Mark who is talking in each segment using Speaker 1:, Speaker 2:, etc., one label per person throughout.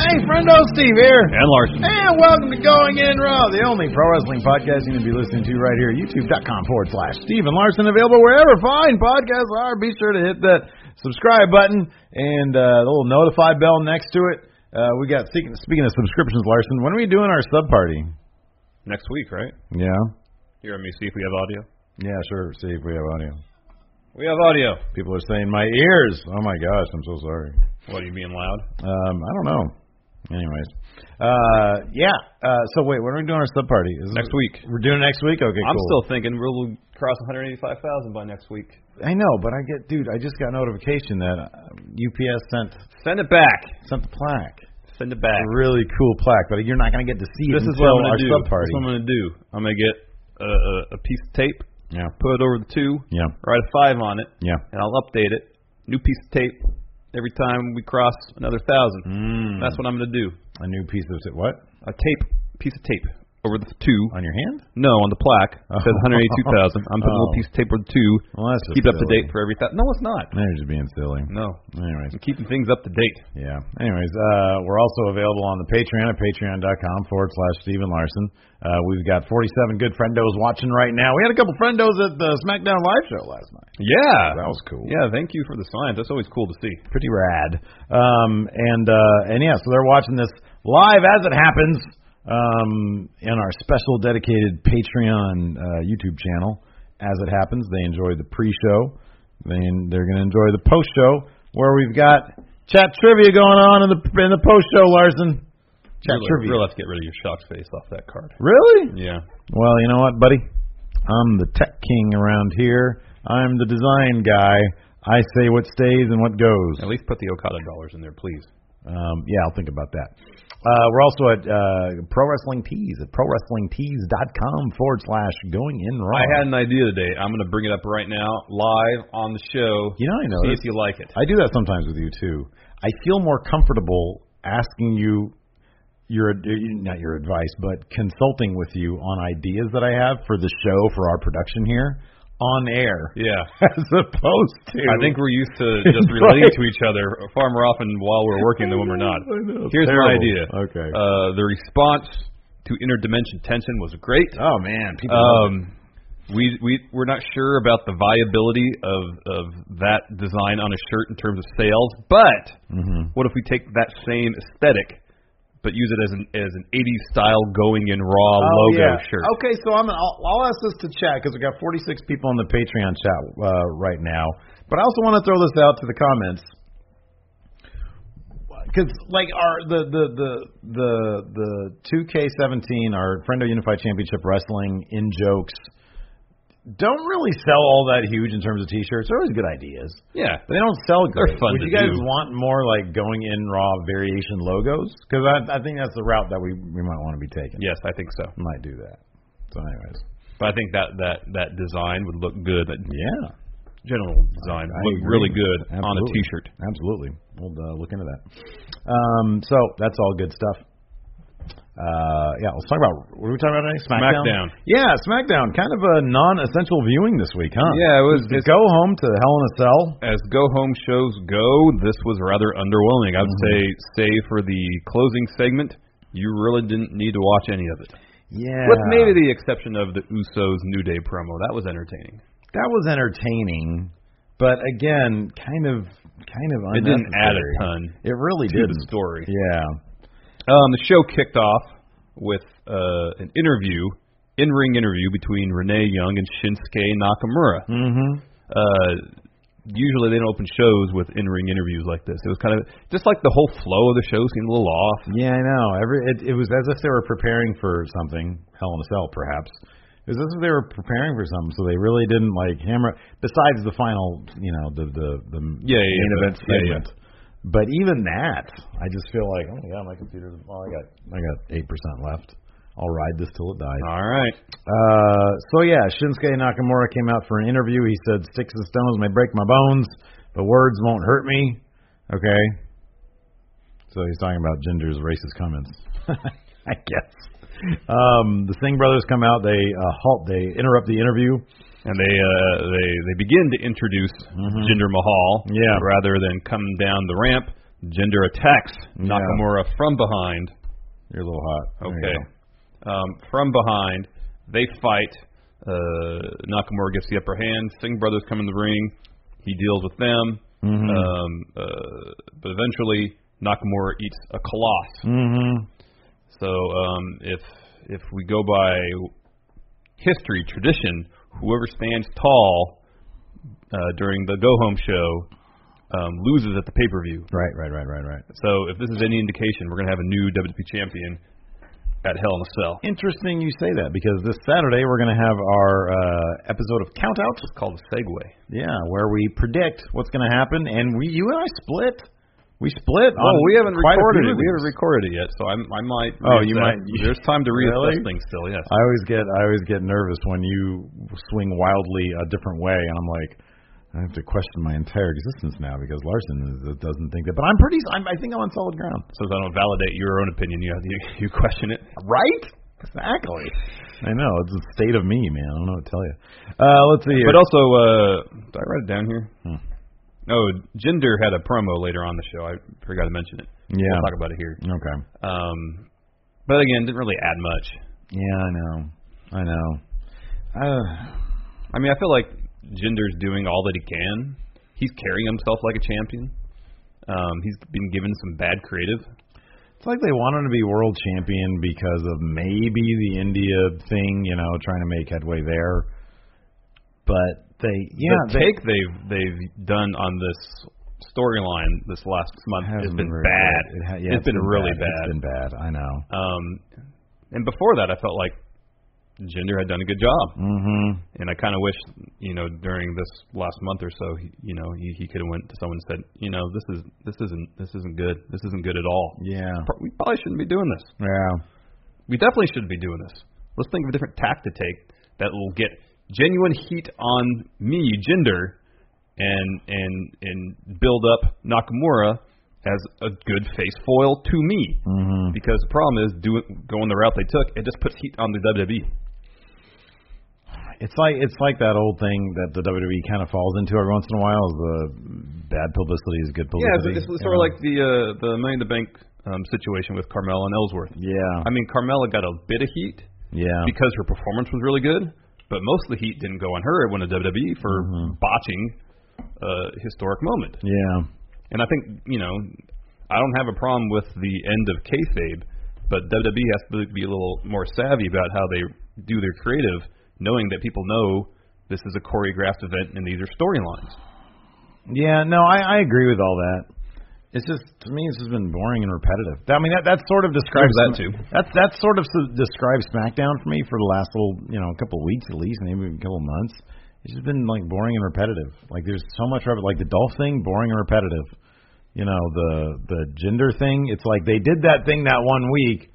Speaker 1: Hey, friendo, Steve here.
Speaker 2: And Larson.
Speaker 1: And welcome to Going In Raw, the only pro wrestling podcast you can be listening to right here at youtube.com forward slash Steven Larson. Available wherever fine podcasts are. Be sure to hit that subscribe button and uh, the little notify bell next to it. Uh, we got, speaking, speaking of subscriptions, Larson, when are we doing our sub party?
Speaker 2: Next week, right?
Speaker 1: Yeah.
Speaker 2: Here, let me see if we have audio.
Speaker 1: Yeah, sure. See if we have audio.
Speaker 2: We have audio.
Speaker 1: People are saying, my ears. Oh my gosh, I'm so sorry.
Speaker 2: What are you being loud?
Speaker 1: Um, I don't know. Anyways, uh, yeah. Uh, so wait, when are we doing our sub party? Is
Speaker 2: Next week.
Speaker 1: We're doing it next week. Okay,
Speaker 2: I'm
Speaker 1: cool.
Speaker 2: still thinking we'll cross 185,000 by next week.
Speaker 1: I know, but I get, dude. I just got notification that uh, UPS sent
Speaker 2: Send it back.
Speaker 1: sent the plaque.
Speaker 2: Send it back.
Speaker 1: A really cool plaque, but you're not gonna get to see
Speaker 2: This
Speaker 1: it
Speaker 2: is what
Speaker 1: until
Speaker 2: I'm
Speaker 1: our
Speaker 2: gonna do.
Speaker 1: sub
Speaker 2: This
Speaker 1: party.
Speaker 2: is what I'm gonna do. I'm gonna get a, a, a piece of tape,
Speaker 1: Yeah,
Speaker 2: put it over the two,
Speaker 1: yeah,
Speaker 2: write a five on it,
Speaker 1: yeah.
Speaker 2: and I'll update it. New piece of tape every time we cross another thousand.
Speaker 1: Mm,
Speaker 2: That's what I'm gonna do.
Speaker 1: a new piece of what
Speaker 2: A tape, piece of tape over the two.
Speaker 1: on your hand?
Speaker 2: No, on the plaque. It says 182,000. I'm putting a
Speaker 1: Oh.
Speaker 2: little piece of tape over the two.
Speaker 1: Well, that's just
Speaker 2: Keep it up to
Speaker 1: silly.
Speaker 2: date for every thousand. No, it's not.
Speaker 1: They're just being silly.
Speaker 2: No.
Speaker 1: Anyways,
Speaker 2: I'm keeping things up to date.
Speaker 1: Yeah. Anyways, uh, we're also available on the Patreon at patreon.com forward slash Stephen Larson. Uh, we've got 47 good friendos watching right now. We had a couple friendos at the SmackDown live show last night.
Speaker 2: Yeah.
Speaker 1: That was cool.
Speaker 2: Yeah, thank you for the signs. That's always cool to see.
Speaker 1: Pretty rad. Um, and, uh, and yeah, so they're watching this live as it happens, um, in our special dedicated Patreon, uh, YouTube channel. As it happens, they enjoy the pre-show. Then they're going to enjoy the post-show where we've got chat trivia going on in the, in the post-show, Larson. Chat
Speaker 2: Really-
Speaker 1: trivia.
Speaker 2: Really have to get rid of your shocked face off that card.
Speaker 1: Really?
Speaker 2: Yeah.
Speaker 1: Well, you know what, buddy? I'm the tech king around here. I'm the design guy. I say what stays and what
Speaker 2: At
Speaker 1: goes.
Speaker 2: least put the Okada dollars in there, please.
Speaker 1: Um, yeah, I'll think about that. Uh, we're also at uh, Pro Wrestling Tees at prowrestlingtees.com forward slash going in raw.
Speaker 2: I had an idea today. I'm going to bring it up right now, live on the show.
Speaker 1: You know, I
Speaker 2: see
Speaker 1: noticed-
Speaker 2: if you like it.
Speaker 1: I do that sometimes with you too. I feel more comfortable asking you your uh, not your advice, but consulting with you on ideas that I have for the show for our production here on air.
Speaker 2: Yeah.
Speaker 1: as opposed to.
Speaker 2: I think we're used to just relating to each other far more often while we're working than when we're not.
Speaker 1: I know, it's
Speaker 2: Here's
Speaker 1: terrible.
Speaker 2: my idea.
Speaker 1: Okay.
Speaker 2: Uh, the response to interdimension tension was great.
Speaker 1: oh man, people. love
Speaker 2: Um, we we we're not sure about the viability of of that design on a shirt in terms of sales, but
Speaker 1: Mm-hmm.
Speaker 2: what if we take that same aesthetic but use it as an as an 80s style going in raw
Speaker 1: it. Oh,
Speaker 2: logo
Speaker 1: yeah.
Speaker 2: shirt?
Speaker 1: Okay, so I'm I'll, I'll ask this to chat because we got 46 people on the Patreon chat uh, right now. But I also want to throw this out to the comments. because like our the the the the the 2K17, our Friendo Unified Championship Wrestling in jokes don't really sell all that huge in terms of t-shirts. They're always good ideas.
Speaker 2: Yeah.
Speaker 1: They don't sell great.
Speaker 2: They're fun
Speaker 1: Would
Speaker 2: to
Speaker 1: you guys
Speaker 2: do.
Speaker 1: want more like going in raw variation logos? Because I, I think that's the route that we we might want to be taking.
Speaker 2: Yes, I think so.
Speaker 1: we might do that. So, anyways,
Speaker 2: But I think that that that design would look good. That
Speaker 1: yeah,
Speaker 2: general
Speaker 1: I
Speaker 2: design would look
Speaker 1: agree.
Speaker 2: really good on a
Speaker 1: Absolutely.
Speaker 2: T-shirt.
Speaker 1: absolutely. We'll uh, look into that. Um, so that's all good stuff. Uh, yeah, let's talk about what are we talking about next?
Speaker 2: SmackDown.
Speaker 1: Yeah, SmackDown. Kind of a non-essential viewing this week, huh?
Speaker 2: Yeah, it was-
Speaker 1: To go home to Hell in a Cell.
Speaker 2: As go home shows go, this was rather underwhelming. I would
Speaker 1: Mm-hmm.
Speaker 2: say, save for the closing segment, you really didn't need to watch any of it.
Speaker 1: Yeah.
Speaker 2: With maybe the exception of the Usos New Day promo, that was entertaining.
Speaker 1: that was entertaining, but again, kind of kind of
Speaker 2: It didn't add a
Speaker 1: unnecessary.
Speaker 2: ton
Speaker 1: It really
Speaker 2: to
Speaker 1: didn't.
Speaker 2: the story.
Speaker 1: Yeah.
Speaker 2: Um, the show kicked off with uh, an interview, in-ring interview between Renee Young and Shinsuke Nakamura.
Speaker 1: Mhm.
Speaker 2: Uh, usually they don't open shows with in-ring interviews like this. It was kind of just like the whole flow of the show seemed a little off.
Speaker 1: Yeah, I know. Every it, it was as if they were preparing for something, Hell in a Cell perhaps. It was as if they were preparing for something, so they really didn't like hammer besides the final, you know, the the the
Speaker 2: Yeah, yeah,
Speaker 1: main
Speaker 2: yeah,
Speaker 1: event
Speaker 2: yeah, yeah.
Speaker 1: segment. But even that, I just feel like, oh my god, my computer's well, I got I got eight percent left. I'll ride this till it dies.
Speaker 2: All right.
Speaker 1: Uh, so yeah, Shinsuke Nakamura came out for an interview. He said, "Sticks and stones may break my bones, but words won't hurt me." Okay. So he's talking about Ginger's racist comments. I guess. Um, the Singh brothers come out. They uh, halt. They interrupt the interview.
Speaker 2: And they uh, they they begin to introduce Jinder Mahal,
Speaker 1: Yeah.
Speaker 2: rather than come down the ramp. Jinder attacks Nakamura from behind.
Speaker 1: You're a little hot. There you
Speaker 2: Okay,
Speaker 1: go.
Speaker 2: um, from behind they fight. Uh, Nakamura gets the upper hand. Singh brothers come in the ring. He deals with them,
Speaker 1: Mm-hmm.
Speaker 2: um, uh, but eventually Nakamura eats a coloss.
Speaker 1: Mhm.
Speaker 2: So um, if if we go by history tradition, whoever stands tall uh, during the go home show um, loses at the pay per view.
Speaker 1: Right. Right. Right. Right. Right.
Speaker 2: So if this is any indication, we're gonna have a new WWE champion at Hell in a Cell.
Speaker 1: Interesting you say that because this Saturday we're going to have our uh, episode of Count Out.
Speaker 2: It's called a segue.
Speaker 1: Yeah, where we predict what's going to happen, and we, you and I split. We split.
Speaker 2: Oh,
Speaker 1: on
Speaker 2: we haven't
Speaker 1: quite a few of
Speaker 2: recorded it. We
Speaker 1: these.
Speaker 2: haven't recorded it yet, so I'm, I might.
Speaker 1: Oh,
Speaker 2: Uh,
Speaker 1: you
Speaker 2: reassess.
Speaker 1: might-
Speaker 2: There's time to
Speaker 1: Really?
Speaker 2: reassess things still. Yes.
Speaker 1: I always get I always get nervous when you swing wildly a different way, and I'm like, I have to question my entire existence now because Larson is, uh, doesn't think that. But I'm pretty. I'm, I think I'm on solid ground.
Speaker 2: So if I don't validate your own opinion, you have you, you question it.
Speaker 1: Right? Exactly. I know it's a state of me, man. I don't know what to tell you. Uh, let's see. Here.
Speaker 2: But also, uh, did I write it down here? Oh, Gender had a promo later on the show. I forgot to mention it.
Speaker 1: Yeah.
Speaker 2: We'll talk about it here.
Speaker 1: okay.
Speaker 2: Um, but again, didn't really add much.
Speaker 1: Yeah, I know. I know. Uh,
Speaker 2: I mean, I feel like Gender's doing all that he can. He's carrying himself like a champion. Um, he's been given some bad creative.
Speaker 1: It's like they want him to be world champion because of maybe the India thing, you know, trying to make headway there. But they, yeah,
Speaker 2: the
Speaker 1: they,
Speaker 2: take they've they've done on this storyline this last month has
Speaker 1: hasn't
Speaker 2: been
Speaker 1: really-
Speaker 2: bad.
Speaker 1: It ha- yeah,
Speaker 2: it's been, really
Speaker 1: It's been bad. I know.
Speaker 2: Um, and before that, I felt like Gender had done a good job.
Speaker 1: Mm-hmm.
Speaker 2: And I kind of wish, you know, during this last month or so, he, you know, he, he could have went to someone and said, you know, this is this isn't this isn't good. This isn't good at all.
Speaker 1: Yeah.
Speaker 2: Pro- We probably shouldn't be doing this.
Speaker 1: Yeah.
Speaker 2: We definitely shouldn't be doing this. Let's think of a different tack to take that will get genuine heat on me, gender, and and and build up Nakamura as a good face foil to me.
Speaker 1: Mm-hmm.
Speaker 2: Because the problem is doing going the route they took, it just puts heat on the E. WWE.
Speaker 1: It's like it's like that old thing that the WWE kind of falls into every once in a while is the bad publicity is good
Speaker 2: Yeah,
Speaker 1: publicity.
Speaker 2: it's, it's
Speaker 1: you
Speaker 2: sort of
Speaker 1: know?
Speaker 2: like the uh, the Money in the Bank um, situation with Carmella and Ellsworth.
Speaker 1: yeah,
Speaker 2: I mean, Carmella got a bit of heat
Speaker 1: yeah,
Speaker 2: because her performance was really good, but most of the heat didn't go on her. It went to WWE for
Speaker 1: Mm-hmm.
Speaker 2: botching a historic moment.
Speaker 1: yeah.
Speaker 2: And I think you know, I don't have a problem with the end of kayfabe, but WWE has to be a little more savvy about how they do their creative, knowing that people know this is a choreographed event and these are storylines.
Speaker 1: Yeah, no, I, I agree with all that. It's just to me, it's just been boring and repetitive. I mean, that that sort of describes
Speaker 2: that, too.
Speaker 1: That that sort of s- describes SmackDown for me for the last little, you know, couple of weeks at least, maybe a couple of months. It's just been like boring and repetitive. Like there's so much of it. Like the Dolph thing, boring and repetitive. You know, the the gender thing. It's like they did that thing that one week,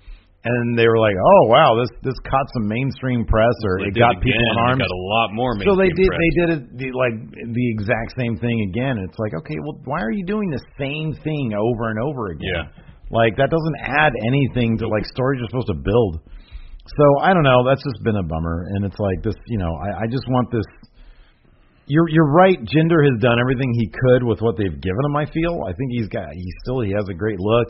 Speaker 1: and they were like, oh wow, this this caught some mainstream press or it
Speaker 2: They did
Speaker 1: got people
Speaker 2: again,
Speaker 1: in
Speaker 2: they
Speaker 1: arms.
Speaker 2: Got a lot more.
Speaker 1: So they
Speaker 2: mainstream
Speaker 1: did.
Speaker 2: press.
Speaker 1: They did it the, like the exact same thing again. It's like, okay, well, why are you doing the same thing over and over again?
Speaker 2: Yeah.
Speaker 1: Like that doesn't add anything to like stories you're supposed to build. So I don't know. That's just been a bummer, and it's like this. You know, I, I just want this. You're you're right. Jinder has done everything he could with what they've given him. I feel. I think he's got. He still he has a great look.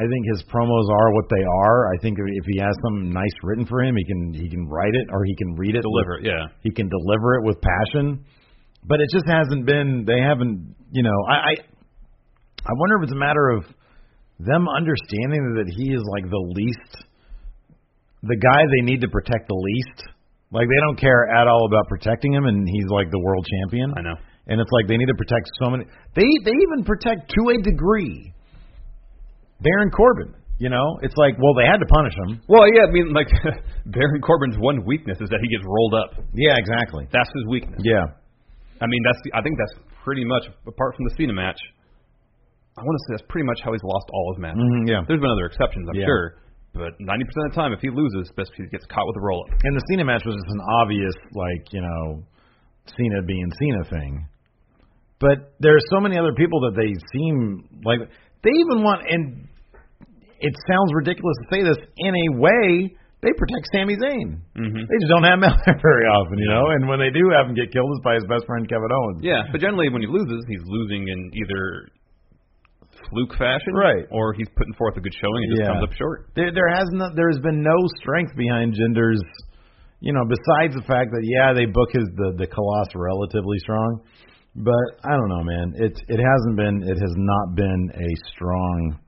Speaker 1: I think his promos are what they are. I think if he has something nice written for him, he can he can write it or he can read it.
Speaker 2: deliver. it, Yeah.
Speaker 1: He can deliver it with passion, but it just hasn't been. They haven't, you know. I I, I wonder if it's a matter of them understanding that he is like the least, the guy they need to protect the least. Like they don't care at all about protecting him, and he's like the world champion.
Speaker 2: I know.
Speaker 1: And it's like they need to protect so many. They they even protect to a degree. Baron Corbin, you know, it's like well they had to punish him.
Speaker 2: Well, yeah. I mean, like Baron Corbin's one weakness is that he gets rolled up.
Speaker 1: Yeah, exactly.
Speaker 2: That's his weakness.
Speaker 1: Yeah,
Speaker 2: I mean, that's. The, I think that's pretty much apart from the Cena match. I want to say that's pretty much how he's lost all his matches.
Speaker 1: Mhm, yeah.
Speaker 2: There's been other exceptions, I'm
Speaker 1: Yeah.
Speaker 2: sure, but 90% of the time, if he loses, best he gets caught with a roll up.
Speaker 1: And the Cena match was just an obvious, like, you know, Cena being Cena thing. But there are so many other people that they seem like they even want, and it sounds ridiculous to say this, in a way, they protect Sami Zayn.
Speaker 2: Mhm.
Speaker 1: They just don't have him out there very often, you know? And when they do have him get killed, it's by his best friend, Kevin Owens.
Speaker 2: Yeah, but generally when he loses, he's losing in either fluke fashion,
Speaker 1: Right.
Speaker 2: or he's putting forth a good showing and just
Speaker 1: Yeah.
Speaker 2: comes up short.
Speaker 1: There, there has not, there has been no strength behind Gender's, you know, besides the fact that yeah, they book his the the Colossus relatively strong, but I don't know, man. It it hasn't been, it has not been a strong,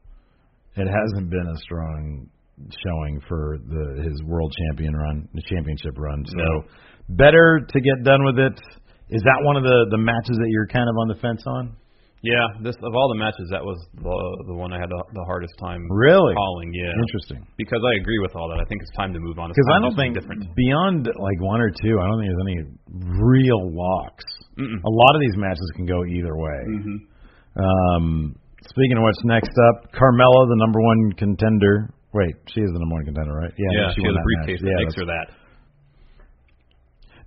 Speaker 1: it hasn't been a strong showing for the his world champion run, the championship run. So
Speaker 2: No.
Speaker 1: better to get done with it. Is that one of the the matches that you're kind of on the fence on?
Speaker 2: Yeah, this of all the matches, that was the the one I had the, the hardest time
Speaker 1: Really?
Speaker 2: calling. Yeah,
Speaker 1: Interesting.
Speaker 2: because I agree with all that. I think it's time to move on. It's
Speaker 1: Because I
Speaker 2: time to
Speaker 1: don't
Speaker 2: do
Speaker 1: think
Speaker 2: different.
Speaker 1: beyond like one or two, I don't think there's any real locks.
Speaker 2: Mm-mm. Mm-hmm.
Speaker 1: A lot of these matches can go either way. Um, speaking of what's next up, Carmella, the number one contender. Wait, she is the number one contender, right?
Speaker 2: Yeah, she,
Speaker 1: won
Speaker 2: has a
Speaker 1: that
Speaker 2: briefcase
Speaker 1: match.
Speaker 2: that
Speaker 1: Yeah,
Speaker 2: makes her
Speaker 1: that's-
Speaker 2: that.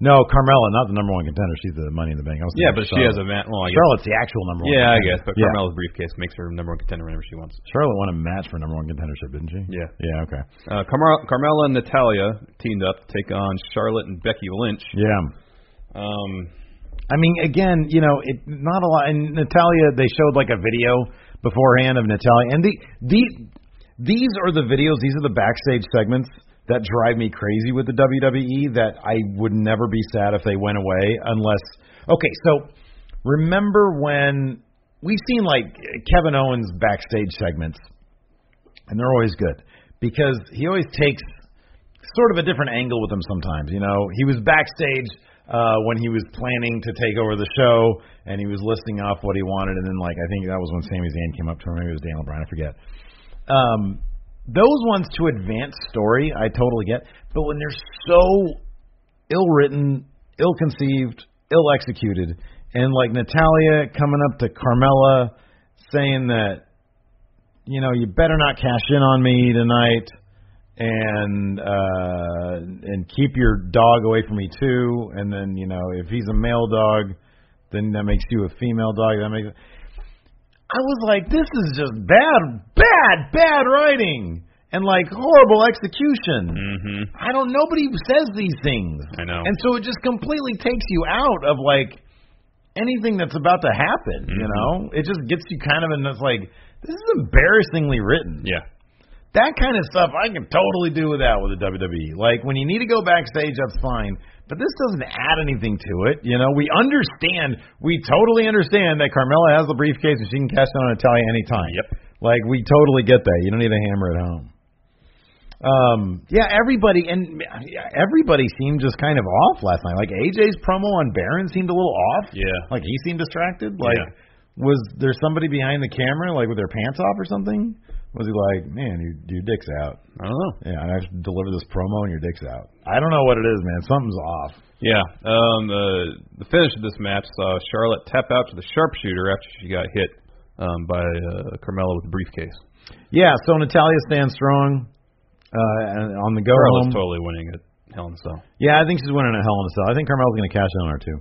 Speaker 1: No, Carmella, not the number one contender. She's the Money in the Bank. I was
Speaker 2: Yeah,
Speaker 1: thinking
Speaker 2: but
Speaker 1: of
Speaker 2: she has a
Speaker 1: Charlotte.
Speaker 2: match. Well, I guess,
Speaker 1: Charlotte's the actual number one.
Speaker 2: yeah, I
Speaker 1: contender.
Speaker 2: guess. But
Speaker 1: yeah.
Speaker 2: Carmella's briefcase makes her number one contender whenever she wants.
Speaker 1: Charlotte won a match for number one contendership, didn't she?
Speaker 2: Yeah.
Speaker 1: Yeah. Okay.
Speaker 2: Uh, Carmel- Carmella and Natalia teamed up to take on Charlotte and Becky Lynch.
Speaker 1: Yeah.
Speaker 2: Um,
Speaker 1: I mean, again, you know, it not a lot. And Natalia, they showed like a video beforehand of Natalia, and the the these are the videos. These are the backstage segments that drive me crazy with the WWE. That I would never be sad if they went away, unless. Okay, so remember when we've seen like Kevin Owens backstage segments, and they're always good because he always takes sort of a different angle with him sometimes. You know, he was backstage uh, when he was planning to take over the show, and he was listing off what he wanted, and then like I think that was when Sami Zayn came up to him, maybe it was Daniel Bryan, I forget. Um, those ones to advance story, I totally get, but when they're so ill written, ill conceived, ill executed, and like Natalia coming up to Carmella saying that, you know, you better not cash in on me tonight and uh and keep your dog away from me too and then you know if he's a male dog then that makes you a female dog that makes I was like this is just bad bad bad writing and like horrible execution
Speaker 2: mhm.
Speaker 1: I don't. Nobody says these things.
Speaker 2: I know.
Speaker 1: And so it just completely takes you out of like anything that's about to happen.
Speaker 2: Mm-hmm.
Speaker 1: You know, it just gets you kind of in this like this is embarrassingly written.
Speaker 2: Yeah.
Speaker 1: That kind of stuff I can totally do without with the WWE. Like when you need to go backstage, that's fine. But this doesn't add anything to it. You know, we understand, we totally understand that Carmella has the briefcase and she can cash it on Natalia anytime.
Speaker 2: Yep.
Speaker 1: Like we totally get that. You don't need a hammer at home. Um, yeah, everybody and everybody seemed just kind of off last night. Like AJ's promo on Baron seemed a little off.
Speaker 2: Yeah.
Speaker 1: Like he seemed distracted. Like
Speaker 2: Yeah.
Speaker 1: Was there somebody behind the camera, like with their pants off or something? Was he like, man, your your dick's out?
Speaker 2: I don't know.
Speaker 1: Yeah, I have to deliver this promo and your dick's out. I don't know what it is, man. Something's off.
Speaker 2: Yeah. Um, the the finish of this match saw Charlotte tap out to the sharpshooter after she got hit um, by uh, Carmella with a briefcase.
Speaker 1: Yeah, so Natalia stands strong uh, and on the go home.
Speaker 2: Charlotte's totally winning at Hell in a Cell.
Speaker 1: Yeah, I think she's winning a Hell in a Cell. I think Carmella's going to cash in on her too.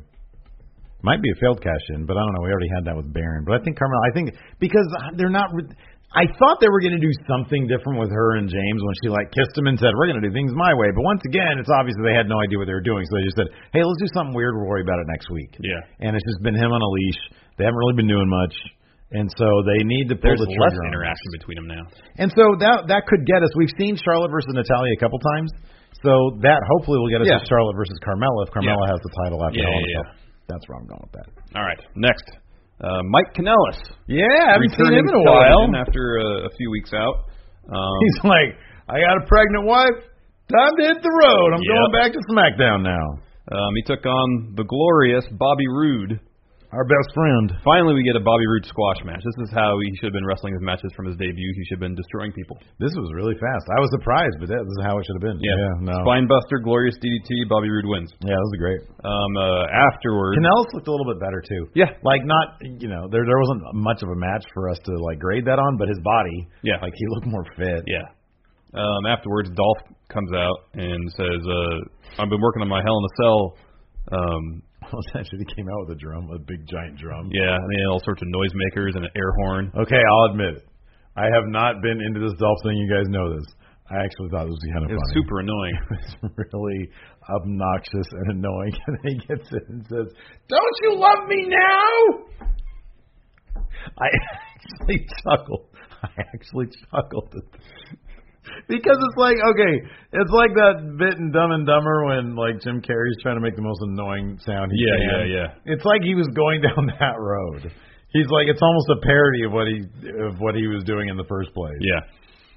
Speaker 1: Might be a failed cash in, but I don't know. We already had that with Baron, but I think Carmella. I think because they're not. re- I thought they were going to do something different with her and James when she like kissed him and said, "We're going to do things my way." But once again, it's obvious that they had no idea what they were doing, so they just said, "Hey, let's do something weird. We'll worry about it next week."
Speaker 2: Yeah.
Speaker 1: And it's just been him on a leash. They haven't really been doing much, and so they need to pull
Speaker 2: There's
Speaker 1: the trigger.
Speaker 2: less
Speaker 1: on this.
Speaker 2: interaction between them now.
Speaker 1: And so that that could get us. We've seen Charlotte versus Natalia a couple times, so that hopefully will get us
Speaker 2: Yeah.
Speaker 1: to Charlotte versus Carmella if Carmella
Speaker 2: Yeah.
Speaker 1: has the title after
Speaker 2: Yeah,
Speaker 1: Hell in a
Speaker 2: yeah,
Speaker 1: Cell. That's where I'm going with that.
Speaker 2: All right. Next, uh, Mike Kanellis.
Speaker 1: Yeah, I
Speaker 2: returning to television After uh, a few weeks out. Um,
Speaker 1: He's like, I got a pregnant wife. Time to hit the road. I'm
Speaker 2: Yep.
Speaker 1: going back to SmackDown now.
Speaker 2: um, he took on the glorious Bobby Roode.
Speaker 1: Our best friend.
Speaker 2: Finally, we get a Bobby Roode squash match. This is how he should have been wrestling his matches from his debut. He should have been destroying people.
Speaker 1: This was really fast. I was surprised, but that, this is how it should have been. no.
Speaker 2: Spine Buster, glorious DDT. Bobby Roode wins.
Speaker 1: Yeah, this was great.
Speaker 2: Um, uh, afterwards,
Speaker 1: Canales looked a little bit better too.
Speaker 2: Yeah.
Speaker 1: like not you know there there wasn't much of a match for us to like grade that on, but his body,
Speaker 2: Yeah.
Speaker 1: like he looked more fit.
Speaker 2: Yeah. Um, afterwards, Dolph comes out and says, uh, "I've been working on my Hell in a Cell." Um,
Speaker 1: Well, actually, he came out with a drum, a big giant drum.
Speaker 2: yeah, I mean all sorts of noisemakers and an air horn.
Speaker 1: Okay, I'll admit it. I have not been into this Dolph thing. You guys know this. I actually thought this was kind of
Speaker 2: It was
Speaker 1: funny.
Speaker 2: super annoying.
Speaker 1: It's really obnoxious and annoying. And he gets in and says, "Don't you love me now?" I actually chuckled. I actually chuckled at this. Because it's like okay, it's like that bit in Dumb and Dumber when like Jim Carrey's trying to make the most annoying sound. He
Speaker 2: Yeah,
Speaker 1: can.
Speaker 2: yeah, yeah.
Speaker 1: It's like he was going down that road. He's like it's almost a parody of what he of what he was doing in the first place.
Speaker 2: yeah.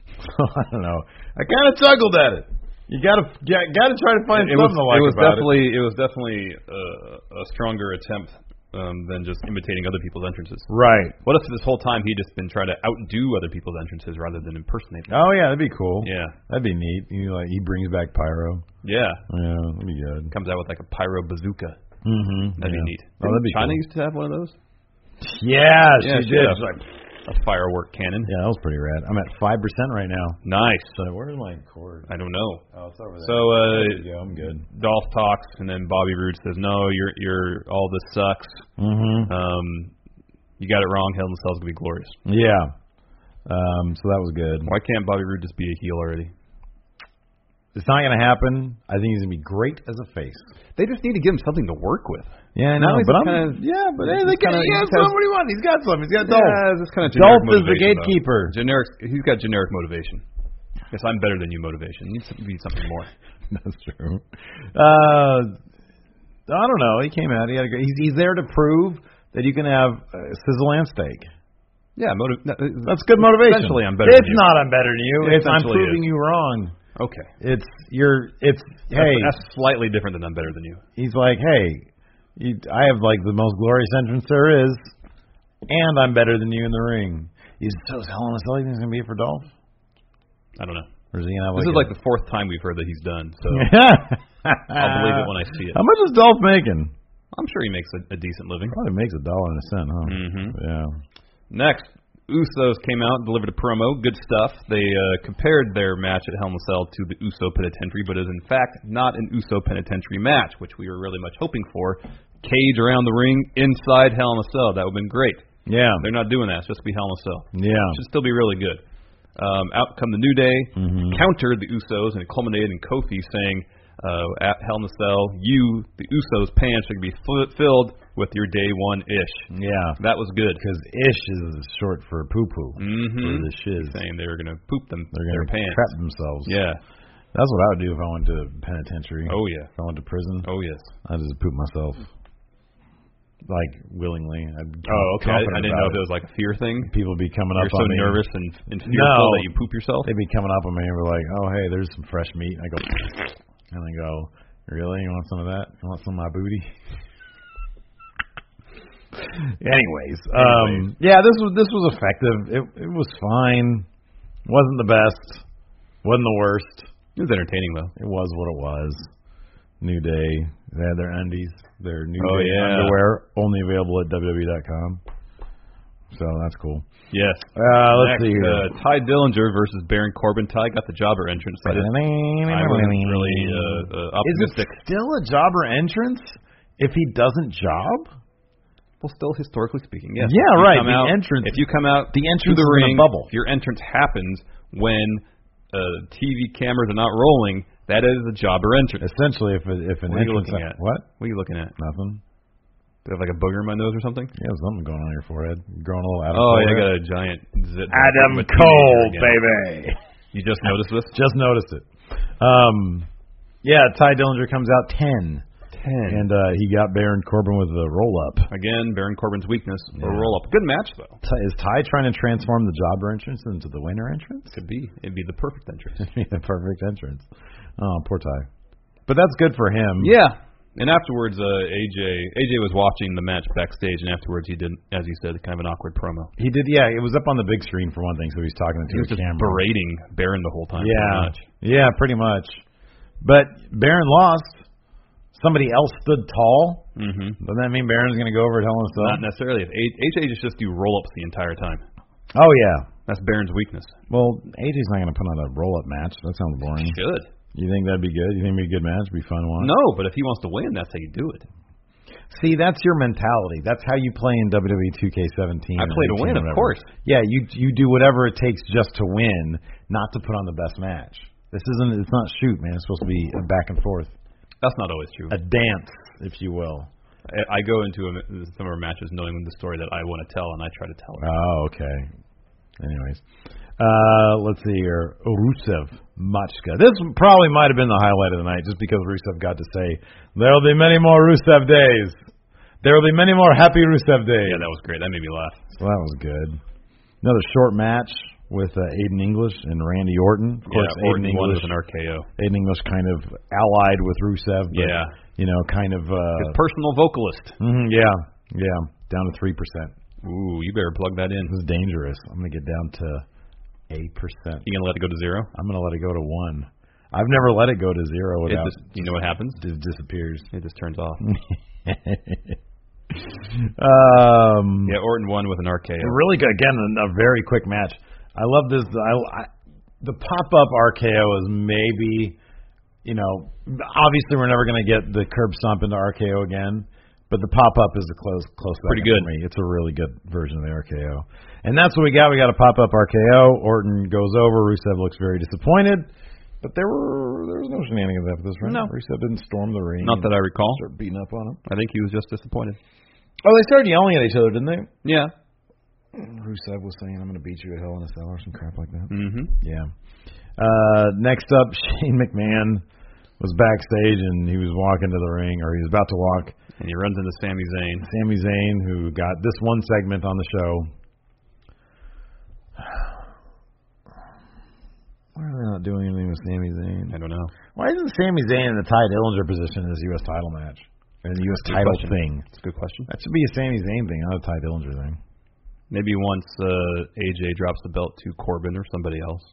Speaker 1: I don't know. I kind of chuckled at it. You gotta yeah, gotta try to find
Speaker 2: It was,
Speaker 1: something to like
Speaker 2: it was
Speaker 1: about
Speaker 2: definitely it. was definitely uh, a stronger attempt um, than just imitating other people's entrances.
Speaker 1: Right.
Speaker 2: What if this whole time he'd just been trying to outdo other people's entrances rather than impersonate them?
Speaker 1: Oh yeah, that'd be cool.
Speaker 2: Yeah,
Speaker 1: that'd be neat. You know, like he brings back pyro.
Speaker 2: yeah.
Speaker 1: Yeah, that'd be good.
Speaker 2: Comes out with like a pyro bazooka.
Speaker 1: Mm-hmm.
Speaker 2: That'd
Speaker 1: yeah.
Speaker 2: be neat.
Speaker 1: Oh, that'd be
Speaker 2: China used to have one of those.
Speaker 1: Cool. Yeah,
Speaker 2: Yeah,
Speaker 1: she
Speaker 2: she
Speaker 1: did.
Speaker 2: did.
Speaker 1: She's like,
Speaker 2: A firework cannon.
Speaker 1: yeah, that was pretty rad. I'm at five percent right now.
Speaker 2: Nice.
Speaker 1: So where's my cord?
Speaker 2: I don't know.
Speaker 1: Oh, it's over there.
Speaker 2: So uh,
Speaker 1: yeah, I'm good.
Speaker 2: Dolph talks, and then Bobby Roode says, "No, you're you're all this sucks.
Speaker 1: Mm-hmm.
Speaker 2: Um, you got it wrong. Hell in a Cell's gonna be glorious.
Speaker 1: Yeah. Um. So that was good.
Speaker 2: Why can't Bobby Roode just be a heel already?
Speaker 1: It's not gonna happen. I think he's gonna be great as a face.
Speaker 2: They just need to give him something to work with.
Speaker 1: Yeah, I
Speaker 2: Now
Speaker 1: know,
Speaker 2: he's
Speaker 1: but I'm
Speaker 2: kind of-
Speaker 1: yeah, but hey,
Speaker 2: he's
Speaker 1: they
Speaker 2: just
Speaker 1: can,
Speaker 2: kinda-
Speaker 1: he
Speaker 2: he
Speaker 1: has
Speaker 2: just has-
Speaker 1: some. What do you want? He's got some. He's got
Speaker 2: Dolph,
Speaker 1: Dolph.
Speaker 2: this kind of
Speaker 1: Dolph is the gatekeeper.
Speaker 2: Generic. He's got generic motivation. Yes, I'm better than you. Motivation. You need to be something more.
Speaker 1: That's true. Uh, I don't know. He came out. He had a great. He's, he's there to prove that you can have uh, sizzle and steak.
Speaker 2: Yeah, motive. no, uh,
Speaker 1: That's good motivation.
Speaker 2: Essentially, I'm better.
Speaker 1: It's
Speaker 2: than you.
Speaker 1: not. I'm better than you.
Speaker 2: It
Speaker 1: It's I'm
Speaker 2: essentially
Speaker 1: proving
Speaker 2: is.
Speaker 1: you wrong.
Speaker 2: Okay.
Speaker 1: It's you're. It's hey.
Speaker 2: that's, that's slightly different than I'm better than you.
Speaker 1: he's like hey. You, I have like the most glorious entrance there is, and I'm better than you in the ring. He's so hell in a cell. You think it's gonna be it for Dolph?
Speaker 2: I don't know.
Speaker 1: Or is he gonna have
Speaker 2: This is
Speaker 1: a-
Speaker 2: like the fourth time we've heard that he's done. So I'll believe it when I see it.
Speaker 1: How much is Dolph making?
Speaker 2: I'm sure he makes a, a decent living.
Speaker 1: Probably makes a dollar and a cent, huh?
Speaker 2: Mhm.
Speaker 1: Yeah.
Speaker 2: Next, Usos came out, delivered a promo. Good stuff. They uh, compared their match at Hell in a Cell to the Uso Penitentiary, but is in fact not an Uso Penitentiary match, which we were really much hoping for. Cage around the ring inside Hell in a Cell. That would have been great.
Speaker 1: Yeah.
Speaker 2: They're not doing that. It's just be Hell in a Cell.
Speaker 1: Yeah.
Speaker 2: Should still be really good. Um, out come the New Day, countered the Usos, and it culminated in Kofi saying, uh, at Hell in a Cell, you, the Usos' pants are going to be fi- filled with your day one ish.
Speaker 1: Yeah.
Speaker 2: That was good.
Speaker 1: Because ish is short for poo poo.
Speaker 2: Mhm.
Speaker 1: Or the shiz.
Speaker 2: saying they were going to poop them
Speaker 1: They're
Speaker 2: their
Speaker 1: gonna
Speaker 2: pants.
Speaker 1: crap themselves.
Speaker 2: Yeah.
Speaker 1: That's what I would do if I went to penitentiary.
Speaker 2: Oh yeah.
Speaker 1: If I went to prison,
Speaker 2: Oh yes.
Speaker 1: I'd just poop myself. Like, willingly. I'd be
Speaker 2: Oh, I,
Speaker 1: confident
Speaker 2: I didn't
Speaker 1: about
Speaker 2: know if it was like a fear thing.
Speaker 1: People would be coming
Speaker 2: You're
Speaker 1: up
Speaker 2: so
Speaker 1: on me.
Speaker 2: nervous and, and fearful
Speaker 1: No.
Speaker 2: that you poop yourself.
Speaker 1: They'd be coming up on me and be like, oh, hey, there's some fresh meat. I go, and I go, really? You want some of that? You want some of my booty? Anyways, um, yeah, this was this was effective. It it was fine. wasn't the best. wasn't the worst.
Speaker 2: It was entertaining though.
Speaker 1: It was what it was. New Day. They had their undies, their New
Speaker 2: Oh,
Speaker 1: Day
Speaker 2: yeah.
Speaker 1: underwear, only available at WWE.com. So that's cool.
Speaker 2: Yes.
Speaker 1: Uh, let's
Speaker 2: Next,
Speaker 1: see. Here.
Speaker 2: Uh, Ty Dillinger versus Baron Corbin. Ty got the jobber entrance. I, didn't, I wasn't really uh, uh,
Speaker 1: Is
Speaker 2: optimistic.
Speaker 1: it still a jobber entrance if he doesn't job?
Speaker 2: Well, still historically speaking, yes.
Speaker 1: Yeah,
Speaker 2: If you
Speaker 1: right,
Speaker 2: come
Speaker 1: the
Speaker 2: out-
Speaker 1: entrance-
Speaker 2: If you come out
Speaker 1: the entrance
Speaker 2: to the
Speaker 1: is in a
Speaker 2: ring,
Speaker 1: bubble.
Speaker 2: Your entrance happens when uh, TV cameras are not rolling. That is a jobber entrance.
Speaker 1: Essentially, if it, if an
Speaker 2: What are you
Speaker 1: entrance
Speaker 2: looking at?
Speaker 1: what
Speaker 2: What are you looking at?
Speaker 1: nothing.
Speaker 2: Do I have like a booger in my nose or something?
Speaker 1: Yeah, there's something going on in your forehead. You're growing a little out of
Speaker 2: Oh, yeah, I
Speaker 1: forehead.
Speaker 2: got a giant zit.
Speaker 3: Adam
Speaker 2: with-
Speaker 3: Cole,
Speaker 2: again.
Speaker 3: baby.
Speaker 2: You just noticed this?
Speaker 1: Just noticed it. Um, yeah, Ty Dillinger comes out ten,
Speaker 2: Ten.
Speaker 1: and uh, he got Baron Corbin with the roll up.
Speaker 2: Again, Baron Corbin's weakness, a roll up. Good match, though.
Speaker 1: Ty- Is Ty trying to transform the jobber entrance into the winner entrance?
Speaker 2: Could be. It'd be the perfect entrance.
Speaker 1: the perfect entrance. Oh, poor Ty. But that's good for him.
Speaker 2: yeah. And afterwards, uh, AJ AJ was watching the match backstage, and afterwards he did, as you said, kind of an awkward promo.
Speaker 1: He did. Yeah, it was up on the big screen for one thing, so he's talking to
Speaker 2: He
Speaker 1: the
Speaker 2: was just
Speaker 1: camera.
Speaker 2: berating Baron the whole time. pretty
Speaker 1: yeah,
Speaker 2: much.
Speaker 1: yeah, pretty much. But Baron lost. Somebody else stood tall.
Speaker 2: Mm-hmm.
Speaker 1: Doesn't that mean Baron's going to go over and tell him
Speaker 2: Not
Speaker 1: stuff?
Speaker 2: necessarily. If A- AJ just do roll ups the entire time.
Speaker 1: Oh yeah.
Speaker 2: That's Baron's weakness.
Speaker 1: Well, AJ's not going to put on a roll-up match. That sounds boring.
Speaker 2: Should.
Speaker 1: You think that'd be good? You think it'd be a good match? Be fun to watch?
Speaker 2: No, but if he wants to win, that's how you do it.
Speaker 1: See, that's your mentality. That's how you play in E WWE 2K17. or
Speaker 2: I play to
Speaker 1: 18 or
Speaker 2: win, of
Speaker 1: whatever.
Speaker 2: course.
Speaker 1: Yeah, you you do whatever it takes just to win, not to put on the best match. This isn't. It's not shoot, man. It's supposed to be a back and forth,
Speaker 2: That's not always true.
Speaker 1: a dance, if you will.
Speaker 2: I, I go into a, some of our matches knowing the story that I want to tell, and I try to tell it.
Speaker 1: Oh, okay. Anyways, uh, let's see here. Rusev Machka. This probably might have been the highlight of the night, just because Rusev got to say, "There'll be many more Rusev days. There will be many more happy Rusev days."
Speaker 2: Yeah, that was great. That made me laugh.
Speaker 1: So that was good. Another short match with uh, Aiden English and Randy Orton. Of course,
Speaker 2: yeah, Orton
Speaker 1: Aiden
Speaker 2: won
Speaker 1: English.
Speaker 2: with an RKO.
Speaker 1: Aiden English kind of allied with Rusev. But,
Speaker 2: Yeah.
Speaker 1: You know, kind of.
Speaker 2: His
Speaker 1: Uh,
Speaker 2: personal vocalist.
Speaker 1: mhm, yeah, yeah. Down to three percent.
Speaker 2: Ooh, you better plug that in.
Speaker 1: This is dangerous. I'm gonna get down to eight percent.
Speaker 2: You gonna let it go to zero?
Speaker 1: I'm gonna let it go to one. I've never let it go to zero
Speaker 2: It
Speaker 1: without
Speaker 2: just, you know what happens?
Speaker 1: it disappears.
Speaker 2: It just turns off.
Speaker 1: um,
Speaker 2: yeah, Orton won with an RKO.
Speaker 1: A really good. Again, a, a very quick match. I love this. I, I the pop up RKO is maybe, you know, obviously we're never going to get the curb stomp into RKO again, but the pop up is the close close.
Speaker 2: Pretty
Speaker 1: second
Speaker 2: good.
Speaker 1: For me. It's a really good version of the RKO, and that's what we got. We got a pop up RKO. Orton goes over. Rusev looks very disappointed. But there were there was no shenanigans after this, right?
Speaker 2: No.
Speaker 1: Rusev didn't storm the ring.
Speaker 2: Not that I recall.
Speaker 1: start beating up on him.
Speaker 2: I think he was just disappointed.
Speaker 1: Oh, they started yelling at each other, didn't they?
Speaker 2: Yeah.
Speaker 1: Rusev was saying, "I'm going to beat you to hell in a cell" or some crap like that.
Speaker 2: Mm-hmm.
Speaker 1: Yeah. Uh, next up, Shane McMahon was backstage and he was walking to the ring, or he was about to walk.
Speaker 2: And he runs into Sami Zayn.
Speaker 1: Sami Zayn, who got this one segment on the show. Why are they not doing anything with Sami Zayn?
Speaker 2: I don't know.
Speaker 1: Why isn't Sami Zayn in the Ty Dillinger position in this U.S. title match? Or in the U.S. title
Speaker 2: question.
Speaker 1: thing?
Speaker 2: That's a good question.
Speaker 1: That should be a Sami Zayn thing, not a Ty Dillinger thing.
Speaker 2: Maybe once uh, AJ drops the belt to Corbin or somebody else,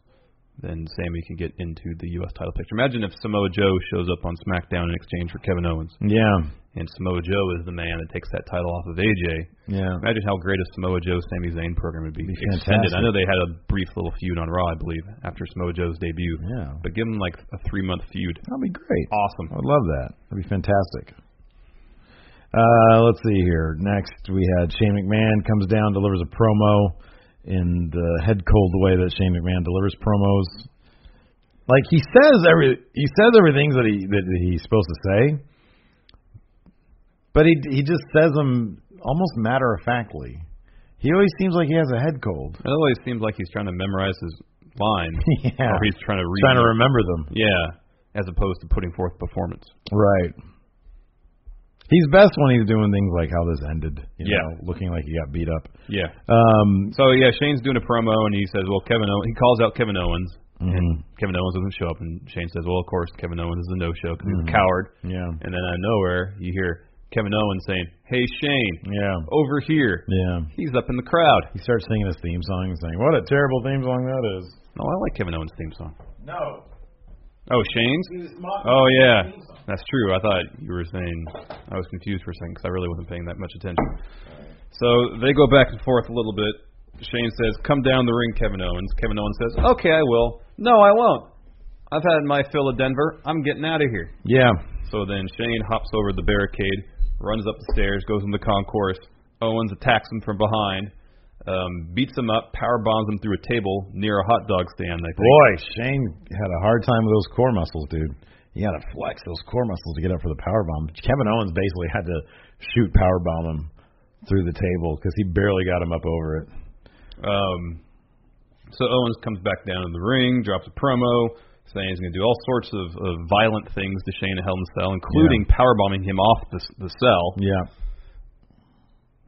Speaker 2: then Sammy can get into the U.S. title picture. Imagine if Samoa Joe shows up on SmackDown in exchange for Kevin Owens,
Speaker 1: Yeah.
Speaker 2: and Samoa Joe is the man that takes that title off of AJ.
Speaker 1: Yeah.
Speaker 2: Imagine how great a Samoa Joe Sami Zayn program would be,
Speaker 1: Be
Speaker 2: extended.
Speaker 1: fantastic.
Speaker 2: I know they had a brief little feud on Raw, I believe, after Samoa Joe's debut.
Speaker 1: Yeah.
Speaker 2: But give them like a three month feud.
Speaker 1: That'd be great. I
Speaker 2: Awesome.
Speaker 1: would love that. That'd be fantastic. Uh, let's see here. Next, we had Shane McMahon comes down, delivers a promo in the head cold way that Shane McMahon delivers promos. Like he says every he says everything that he that he's supposed to say, but he he just says them almost matter of factly. He always seems like he has a head cold.
Speaker 2: It always seems like he's trying to memorize his lines,
Speaker 1: yeah,
Speaker 2: or he's trying to read.
Speaker 1: trying to
Speaker 2: them.
Speaker 1: remember them.
Speaker 2: yeah, as opposed to putting forth performance.
Speaker 1: Right. He's best when he's doing things like how this ended. You
Speaker 2: Yeah.
Speaker 1: Know, looking like he got beat up.
Speaker 2: Yeah.
Speaker 1: Um,
Speaker 2: So yeah, Shane's doing a promo and he says, "Well, Kevin," Ow-, he calls out Kevin Owens.
Speaker 1: mhm.
Speaker 2: Kevin Owens doesn't show up, and Shane says, "Well, of course, Kevin Owens is a no-show because he's a coward."
Speaker 1: Yeah.
Speaker 2: And then out of nowhere, you hear Kevin Owens saying, "Hey Shane,
Speaker 1: Yeah.
Speaker 2: over here."
Speaker 1: Yeah.
Speaker 2: He's up in the crowd.
Speaker 1: He starts singing his theme song and saying, What a terrible theme song that is.
Speaker 2: Oh, I like Kevin Owens' theme song.
Speaker 1: No.
Speaker 2: Oh, Shane's. Oh yeah, that's true. I thought you were saying. I was confused for a second because I really wasn't paying that much attention. So they go back and forth a little bit. Shane says, "Come down the ring, Kevin Owens." Kevin Owens says, "Okay, I will." No, I won't. I've had my fill of Denver. I'm getting out of here.
Speaker 1: Yeah.
Speaker 2: So then Shane hops over the barricade, runs up the stairs, goes in the concourse. Owens attacks him from behind, um, beats him up, power bombs him through a table near a hot dog stand. I think.
Speaker 1: Boy, Shane had a hard time with those core muscles, dude. He had to flex those core muscles to get up for the power bomb. Kevin Owens basically had to shoot power bomb him through the table because he barely got him up over it.
Speaker 2: Um, so Owens comes back down in the ring, drops a promo, saying he's going to do all sorts of, of violent things to Shane at Hell in a Cell, including power bombing him off the, s- the cell,
Speaker 1: Yeah.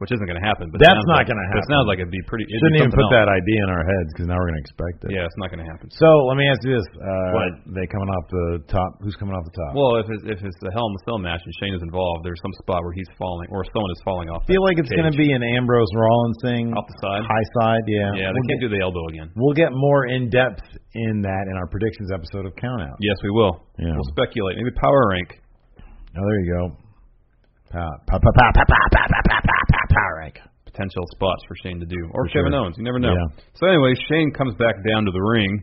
Speaker 2: which isn't going to happen. But it
Speaker 1: That's
Speaker 2: sounds
Speaker 1: not
Speaker 2: like-
Speaker 1: gonna
Speaker 2: but It
Speaker 1: happen.
Speaker 2: sounds like it'd be pretty. It'd
Speaker 1: Shouldn't
Speaker 2: be
Speaker 1: even put
Speaker 2: something
Speaker 1: that
Speaker 2: else.
Speaker 1: idea in our heads because now we're going to expect it.
Speaker 2: Yeah, it's not going to happen.
Speaker 1: So let me ask you this: uh,
Speaker 2: What?
Speaker 1: They coming off the top? Who's coming off the top?
Speaker 2: Well, if it's, if it's the Hell in a Cell match and Shane is involved, there's some spot where he's falling or someone is falling off.
Speaker 1: I feel like it's going to be an Ambrose Rollins thing.
Speaker 2: off the side.
Speaker 1: High side, yeah.
Speaker 2: Yeah, they
Speaker 1: we'll
Speaker 2: can't
Speaker 1: get,
Speaker 2: do the elbow again.
Speaker 1: We'll get more in depth in that in our predictions episode of Count Out.
Speaker 2: Yes, we will.
Speaker 1: Yeah.
Speaker 2: We'll speculate. Maybe power rank.
Speaker 1: Oh, there you go. Pa pa pa pa pa pa pa pa pa pa pa pa rank.
Speaker 2: potential spots for Shane to do, or
Speaker 1: For
Speaker 2: Kevin
Speaker 1: sure.
Speaker 2: Owens. You never know.
Speaker 1: Yeah.
Speaker 2: So anyway, Shane comes back down to the ring,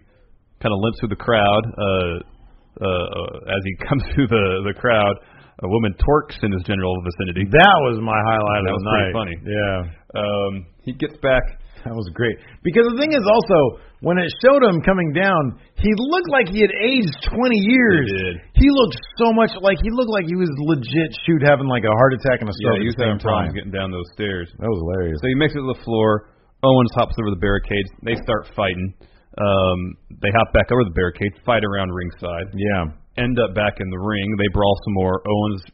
Speaker 2: kind of limps through the crowd. Uh, uh, as he comes through the the crowd, a woman torques in his general vicinity.
Speaker 1: That was my highlight
Speaker 2: That
Speaker 1: of the
Speaker 2: was pretty
Speaker 1: night.
Speaker 2: funny.
Speaker 1: Yeah.
Speaker 2: Um, he gets back.
Speaker 1: That was great. Because the thing is also, when it showed him coming down, he looked like he had aged 20 years.
Speaker 2: He did.
Speaker 1: He looked so much like he looked like he was legit shoot having like a heart attack and a stroke
Speaker 2: Yeah, he was
Speaker 1: at the same
Speaker 2: having
Speaker 1: time.
Speaker 2: problems getting down those stairs.
Speaker 1: That was hilarious.
Speaker 2: So he makes it to the floor. Owens hops over the barricades. They start fighting. Um, they hop back over the barricade, fight around ringside,
Speaker 1: Yeah.
Speaker 2: end up back in the ring. They brawl some more. Owens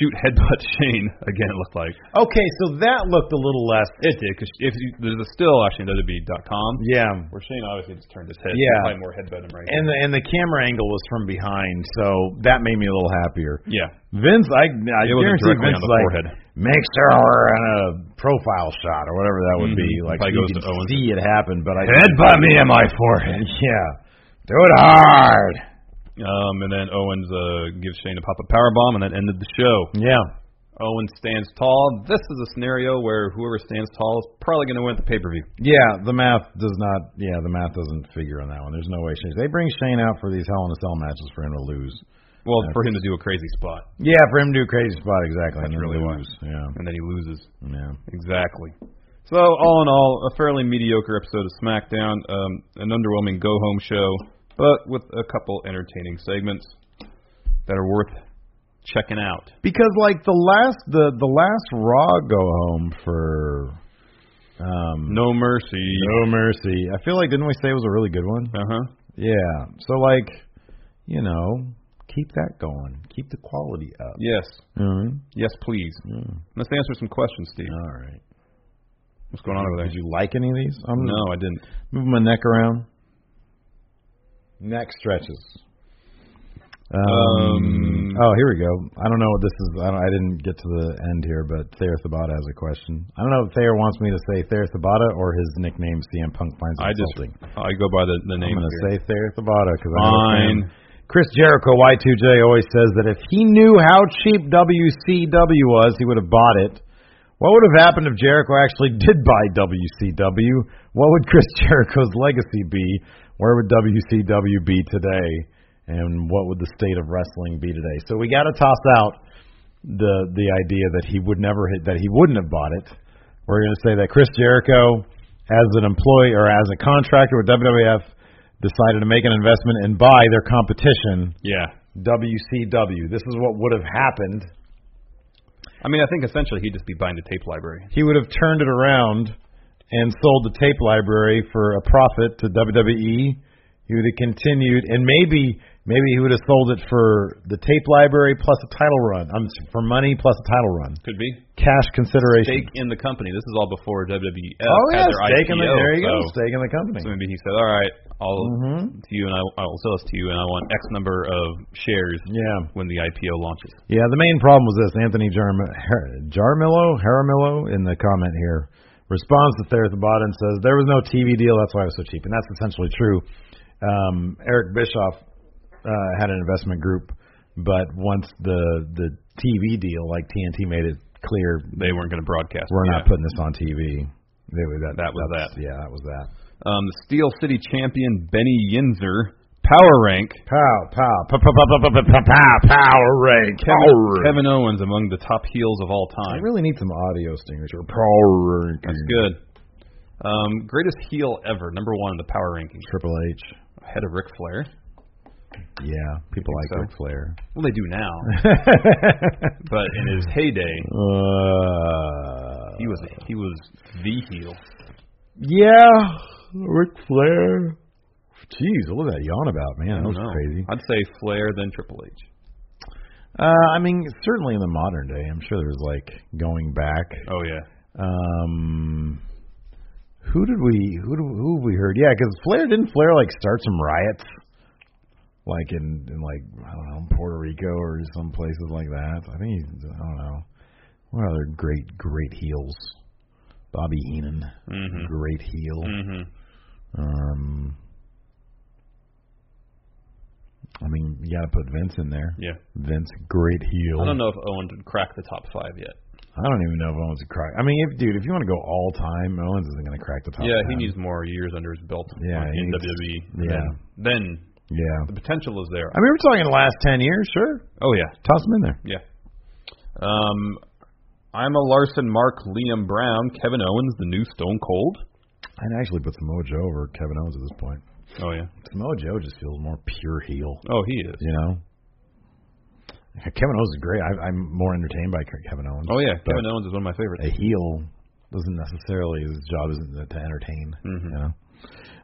Speaker 2: shoot headbutt Shane again. It looked like.
Speaker 1: Okay, so that looked a little less.
Speaker 2: It did because if you, there's a still actually in WWE.com
Speaker 1: Yeah.
Speaker 2: E where Shane obviously just turned his head.
Speaker 1: Yeah.
Speaker 2: probably more headbutt him right.
Speaker 1: And the and the camera angle was from behind, so that made me a little happier.
Speaker 2: there. yeah,
Speaker 1: Vince, I, I
Speaker 2: It
Speaker 1: guarantee
Speaker 2: wasn't directly
Speaker 1: Vince
Speaker 2: on the
Speaker 1: like
Speaker 2: forehead.
Speaker 1: makes her in a profile shot or whatever that would be.
Speaker 2: Mhm.
Speaker 1: Like
Speaker 2: Probably
Speaker 1: you
Speaker 2: goes
Speaker 1: can
Speaker 2: to Owens.
Speaker 1: see it happen, but I
Speaker 3: Headbutt me in my forehead.
Speaker 1: Yeah, do it hard.
Speaker 2: um, and then Owens uh, gives Shane a pop up power bomb, and that ended the show.
Speaker 1: Yeah,
Speaker 2: Owens stands tall. This is a scenario where whoever stands tall is probably going to win the pay per view.
Speaker 1: yeah. The math does not. Yeah, the math doesn't figure on that one. There's no way Shane. They bring Shane out for these Hell in a Cell matches for him to lose.
Speaker 2: Well, for him to do a crazy spot,
Speaker 1: Yeah, for him to do a crazy spot exactly.
Speaker 2: That's
Speaker 1: and then
Speaker 2: really why.
Speaker 1: lose. Yeah,
Speaker 2: and then he loses.
Speaker 1: yeah.
Speaker 2: Exactly. So all in all, a fairly mediocre episode of SmackDown, um, an underwhelming go-home show, but with a couple entertaining segments that are worth checking out.
Speaker 1: Because like the last the the last Raw go home for. Um,
Speaker 2: No mercy.
Speaker 1: No mercy. I feel like didn't we say it was a really good one?
Speaker 2: Uh huh.
Speaker 1: Yeah. So like, you know, keep that going. Keep the quality up.
Speaker 2: Yes.
Speaker 1: Mm-hmm.
Speaker 2: Yes, please. Let's answer some questions, Steve.
Speaker 1: All right.
Speaker 2: What's going on over there?
Speaker 1: Did you like any of these? I'm
Speaker 2: no, I didn't.
Speaker 1: moving my neck around. Neck stretches. Um,
Speaker 2: Um,
Speaker 1: oh, here we go. I don't know what this is. I, don't, I didn't get to the end here, but Thayer Thabata has a question. I don't know if Thayer wants me to say Thayer Thabata or his nickname CM Punk finds
Speaker 2: I just
Speaker 1: insulting.
Speaker 2: I go by the the
Speaker 1: I'm
Speaker 2: name.
Speaker 1: going to
Speaker 2: here.
Speaker 1: say Thayer Thabata because I'm
Speaker 2: Fine.
Speaker 1: a fan. Chris Jericho, Y2J, always says that if he knew how cheap WCW was, he would have bought it. What would have happened if Jericho actually did buy WCW? What would Chris Jericho's legacy be? Where would WCW be today? And what would the state of wrestling be today? So we got to toss out the the idea that he would never hit that he wouldn't have bought it. We're going to say that Chris Jericho, as an employee or as a contractor with WWF, decided to make an investment and buy their competition
Speaker 2: Yeah.
Speaker 1: WCW. This is what would have happened.
Speaker 2: I mean, I think essentially he'd just be buying the tape library.
Speaker 1: He would have turned it around and sold the E. tape library for a profit to WWE. He would have continued and maybe Maybe he would have sold it for the tape library plus a title run. Um, for money plus a title run.
Speaker 2: Could be
Speaker 1: Cash consideration.
Speaker 2: stake in the company. This is all before WWF
Speaker 1: oh yeah,
Speaker 2: had their
Speaker 1: stake
Speaker 2: IPO.
Speaker 1: in the there you go,
Speaker 2: so-
Speaker 1: stake in the company.
Speaker 2: So maybe he said, "All right, I'll
Speaker 1: Mhm.
Speaker 2: to you, and I, I will sell this to you, and I want X number of shares
Speaker 1: Yeah,
Speaker 2: when the IPO launches."
Speaker 1: yeah. The main problem was this: Anthony Jarm- Har- Jarmillo, Jaramillo, in the comment here, responds to there at the bottom says there was no TV deal, that's why it was so cheap, and that's essentially true. Um, Eric Bischoff uh, had an investment group, but once the the TV deal, like TNT, made it clear
Speaker 2: They weren't going to broadcast.
Speaker 1: we're
Speaker 2: it
Speaker 1: not
Speaker 2: yet.
Speaker 1: putting this on TV. They were- that,
Speaker 2: That was
Speaker 1: that's-
Speaker 2: that.
Speaker 1: Yeah, that was that.
Speaker 2: Um, the Steel City champion Benny Yinzer, Power Rank,
Speaker 1: Pow, pow, pow, pow, pow, pow, pow, pow, pow, power rank,
Speaker 2: Kevin,
Speaker 1: power rank.
Speaker 2: Kevin Owens among the top heels of all
Speaker 1: I
Speaker 2: time.
Speaker 1: really need some audio stingers or power ranking.
Speaker 2: That's good. Um, greatest heel ever, number one in the Power Rankings,
Speaker 1: Triple H.
Speaker 2: ahead of Ric Flair.
Speaker 1: Yeah, people like
Speaker 2: so?
Speaker 1: Ric Flair.
Speaker 2: Well, they do now, but in his heyday,
Speaker 1: uh,
Speaker 2: he was he was the heel.
Speaker 1: yeah, Ric Flair. Jeez, what was that yawn about, man? That was
Speaker 2: No.
Speaker 1: crazy.
Speaker 2: I'd say Flair, then Triple H.
Speaker 1: Uh, I mean, certainly in the modern day, I'm sure there's like going back.
Speaker 2: Oh yeah,
Speaker 1: Um, who did we who do, who have we heard? Yeah, because Flair didn't Flair like start some riots, like in in like I don't know Puerto Rico or some places like that. I think he's, I don't know. What other great great heels? Bobby Heenan,
Speaker 2: Mhm.
Speaker 1: great heel.
Speaker 2: mm-hmm.
Speaker 1: Um, I mean, you got to put Vince in there.
Speaker 2: yeah.
Speaker 1: Vince, great heel.
Speaker 2: I don't know if Owens would crack the top five yet.
Speaker 1: I don't even know if Owens would crack. I mean, if dude, if you want to go all time, Owens isn't going to crack the top.
Speaker 2: yeah,
Speaker 1: 10.
Speaker 2: he needs more years under his belt
Speaker 1: Oh, Yeah,
Speaker 2: on-
Speaker 1: he
Speaker 2: in
Speaker 1: needs-
Speaker 2: WWE.
Speaker 1: yeah.
Speaker 2: Then, then
Speaker 1: Yeah.
Speaker 2: the potential is there.
Speaker 1: I mean, we're talking the last ten years, sure.
Speaker 2: Oh yeah,
Speaker 1: Toss him in there.
Speaker 2: yeah. Um, I'm a Larson, Mark, Liam Brown, Kevin Owens, the new Stone Cold.
Speaker 1: I'd actually put Samoa Joe over Kevin Owens at this point.
Speaker 2: Oh yeah.
Speaker 1: Samoa Joe just feels more pure heel,
Speaker 2: Oh, he is.
Speaker 1: you know. Kevin Owens is great. I, I'm more entertained by Kevin Owens.
Speaker 2: Oh yeah,
Speaker 1: but
Speaker 2: Kevin Owens is one of my favorites.
Speaker 1: a heel doesn't necessarily his job isn't to entertain.
Speaker 2: Mhm.
Speaker 1: You know.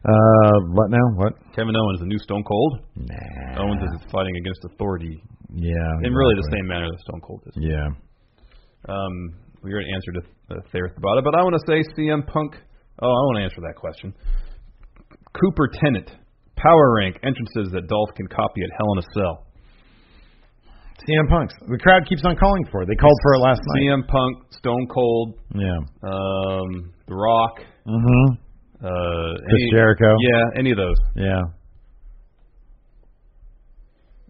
Speaker 1: Uh, what now? What?
Speaker 2: Kevin Owens, the new Stone Cold.
Speaker 1: Nah.
Speaker 2: Owens is fighting against authority
Speaker 1: yeah.
Speaker 2: in really the
Speaker 1: exactly.
Speaker 2: same manner that Stone Cold is.
Speaker 1: Yeah.
Speaker 2: Um, we already answered uh, there at the bottom, but I want to say CM Punk. Oh, I want to answer that question. Cooper Tennant, power rank entrances that Dolph can copy at Hell in a Cell.
Speaker 1: CM Punk's. The crowd keeps on calling for it. They called for it last night.
Speaker 2: CM Punk, Stone Cold,
Speaker 1: Yeah.
Speaker 2: um, The Rock,
Speaker 1: Mm-hmm.
Speaker 2: uh,
Speaker 1: Chris
Speaker 2: any,
Speaker 1: Jericho.
Speaker 2: Yeah, any of those.
Speaker 1: Yeah.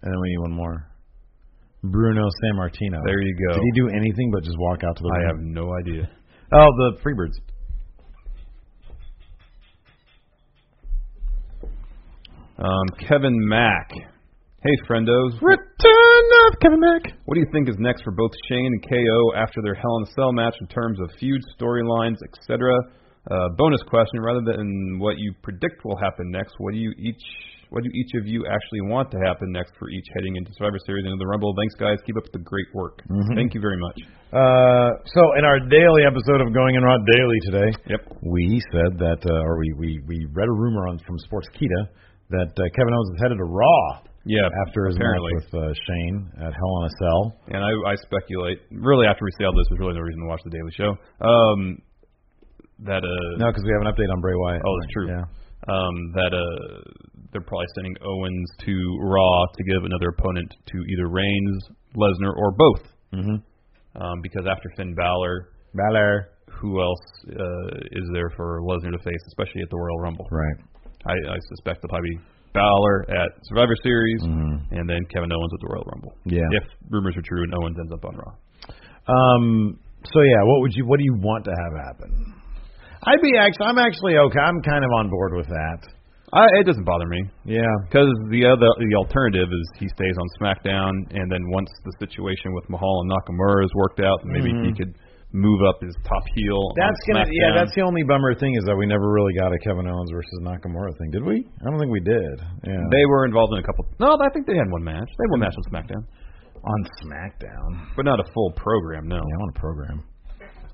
Speaker 1: And then we need one more. Bruno San Martino.
Speaker 2: There you go.
Speaker 1: Did he do anything but just walk out to the
Speaker 2: I have
Speaker 1: ring?
Speaker 2: no idea.
Speaker 1: Oh, the Freebirds.
Speaker 2: Um, Kevin Mack. Hey, friendos.
Speaker 1: Return of Kevin Mack.
Speaker 2: What do you think is next for both Shane and KO after their Hell in a Cell match in terms of feud storylines, etc.? Uh, bonus question: Rather than what you predict will happen next, what do you each what do each of you actually want to happen next for each heading into Survivor Series and into the Rumble? Thanks, guys. Keep up the great work.
Speaker 1: Mm-hmm.
Speaker 2: Thank you very much.
Speaker 1: Uh, so in our daily episode of Going in Raw Daily today,
Speaker 2: Yep.
Speaker 1: we said that, uh, or we, we we read a rumor on from Sports Kita that uh, Kevin Owens is headed to Raw
Speaker 2: Yeah.
Speaker 1: after his
Speaker 2: apparently.
Speaker 1: match with uh, Shane at Hell in a Cell.
Speaker 2: and I, I speculate really after we say all this, there's really no reason to watch the Daily Show. Um, that uh,
Speaker 1: No, because we have an update on Bray Wyatt.
Speaker 2: Oh, that's true.
Speaker 1: Yeah.
Speaker 2: um, that uh, they're probably sending Owens to Raw to give another opponent to either Reigns, Lesnar, or both.
Speaker 1: Mhm.
Speaker 2: Um, because after Finn Balor,
Speaker 1: Balor.
Speaker 2: who else uh, is there for Lesnar to face, especially at the Royal Rumble?
Speaker 1: Right.
Speaker 2: I, I suspect they'll probably be Balor at Survivor Series, and then Kevin Owens at the Royal Rumble.
Speaker 1: Mm-hmm. Yeah.
Speaker 2: If rumors are true and Owens ends up on Raw.
Speaker 1: Um. So yeah, what would you? What do you want to have happen? I'd be actually. I'm actually okay. I'm kind of on board with that.
Speaker 2: I, it doesn't bother me.
Speaker 1: Yeah.
Speaker 2: Because the other the alternative is he stays on SmackDown, and then once the situation with Mahal and Nakamura is worked out, maybe he could move up his top heel. on
Speaker 1: That's gonna. Yeah.
Speaker 2: SmackDown.
Speaker 1: That's the only bummer thing is that we never really got a Kevin Owens versus Nakamura thing, did we? I don't think we did. Yeah.
Speaker 2: they were involved in a couple. No, I think they had one match. They had one match on SmackDown,
Speaker 1: on SmackDown.
Speaker 2: but not a full program. No.
Speaker 1: Yeah, on a program. But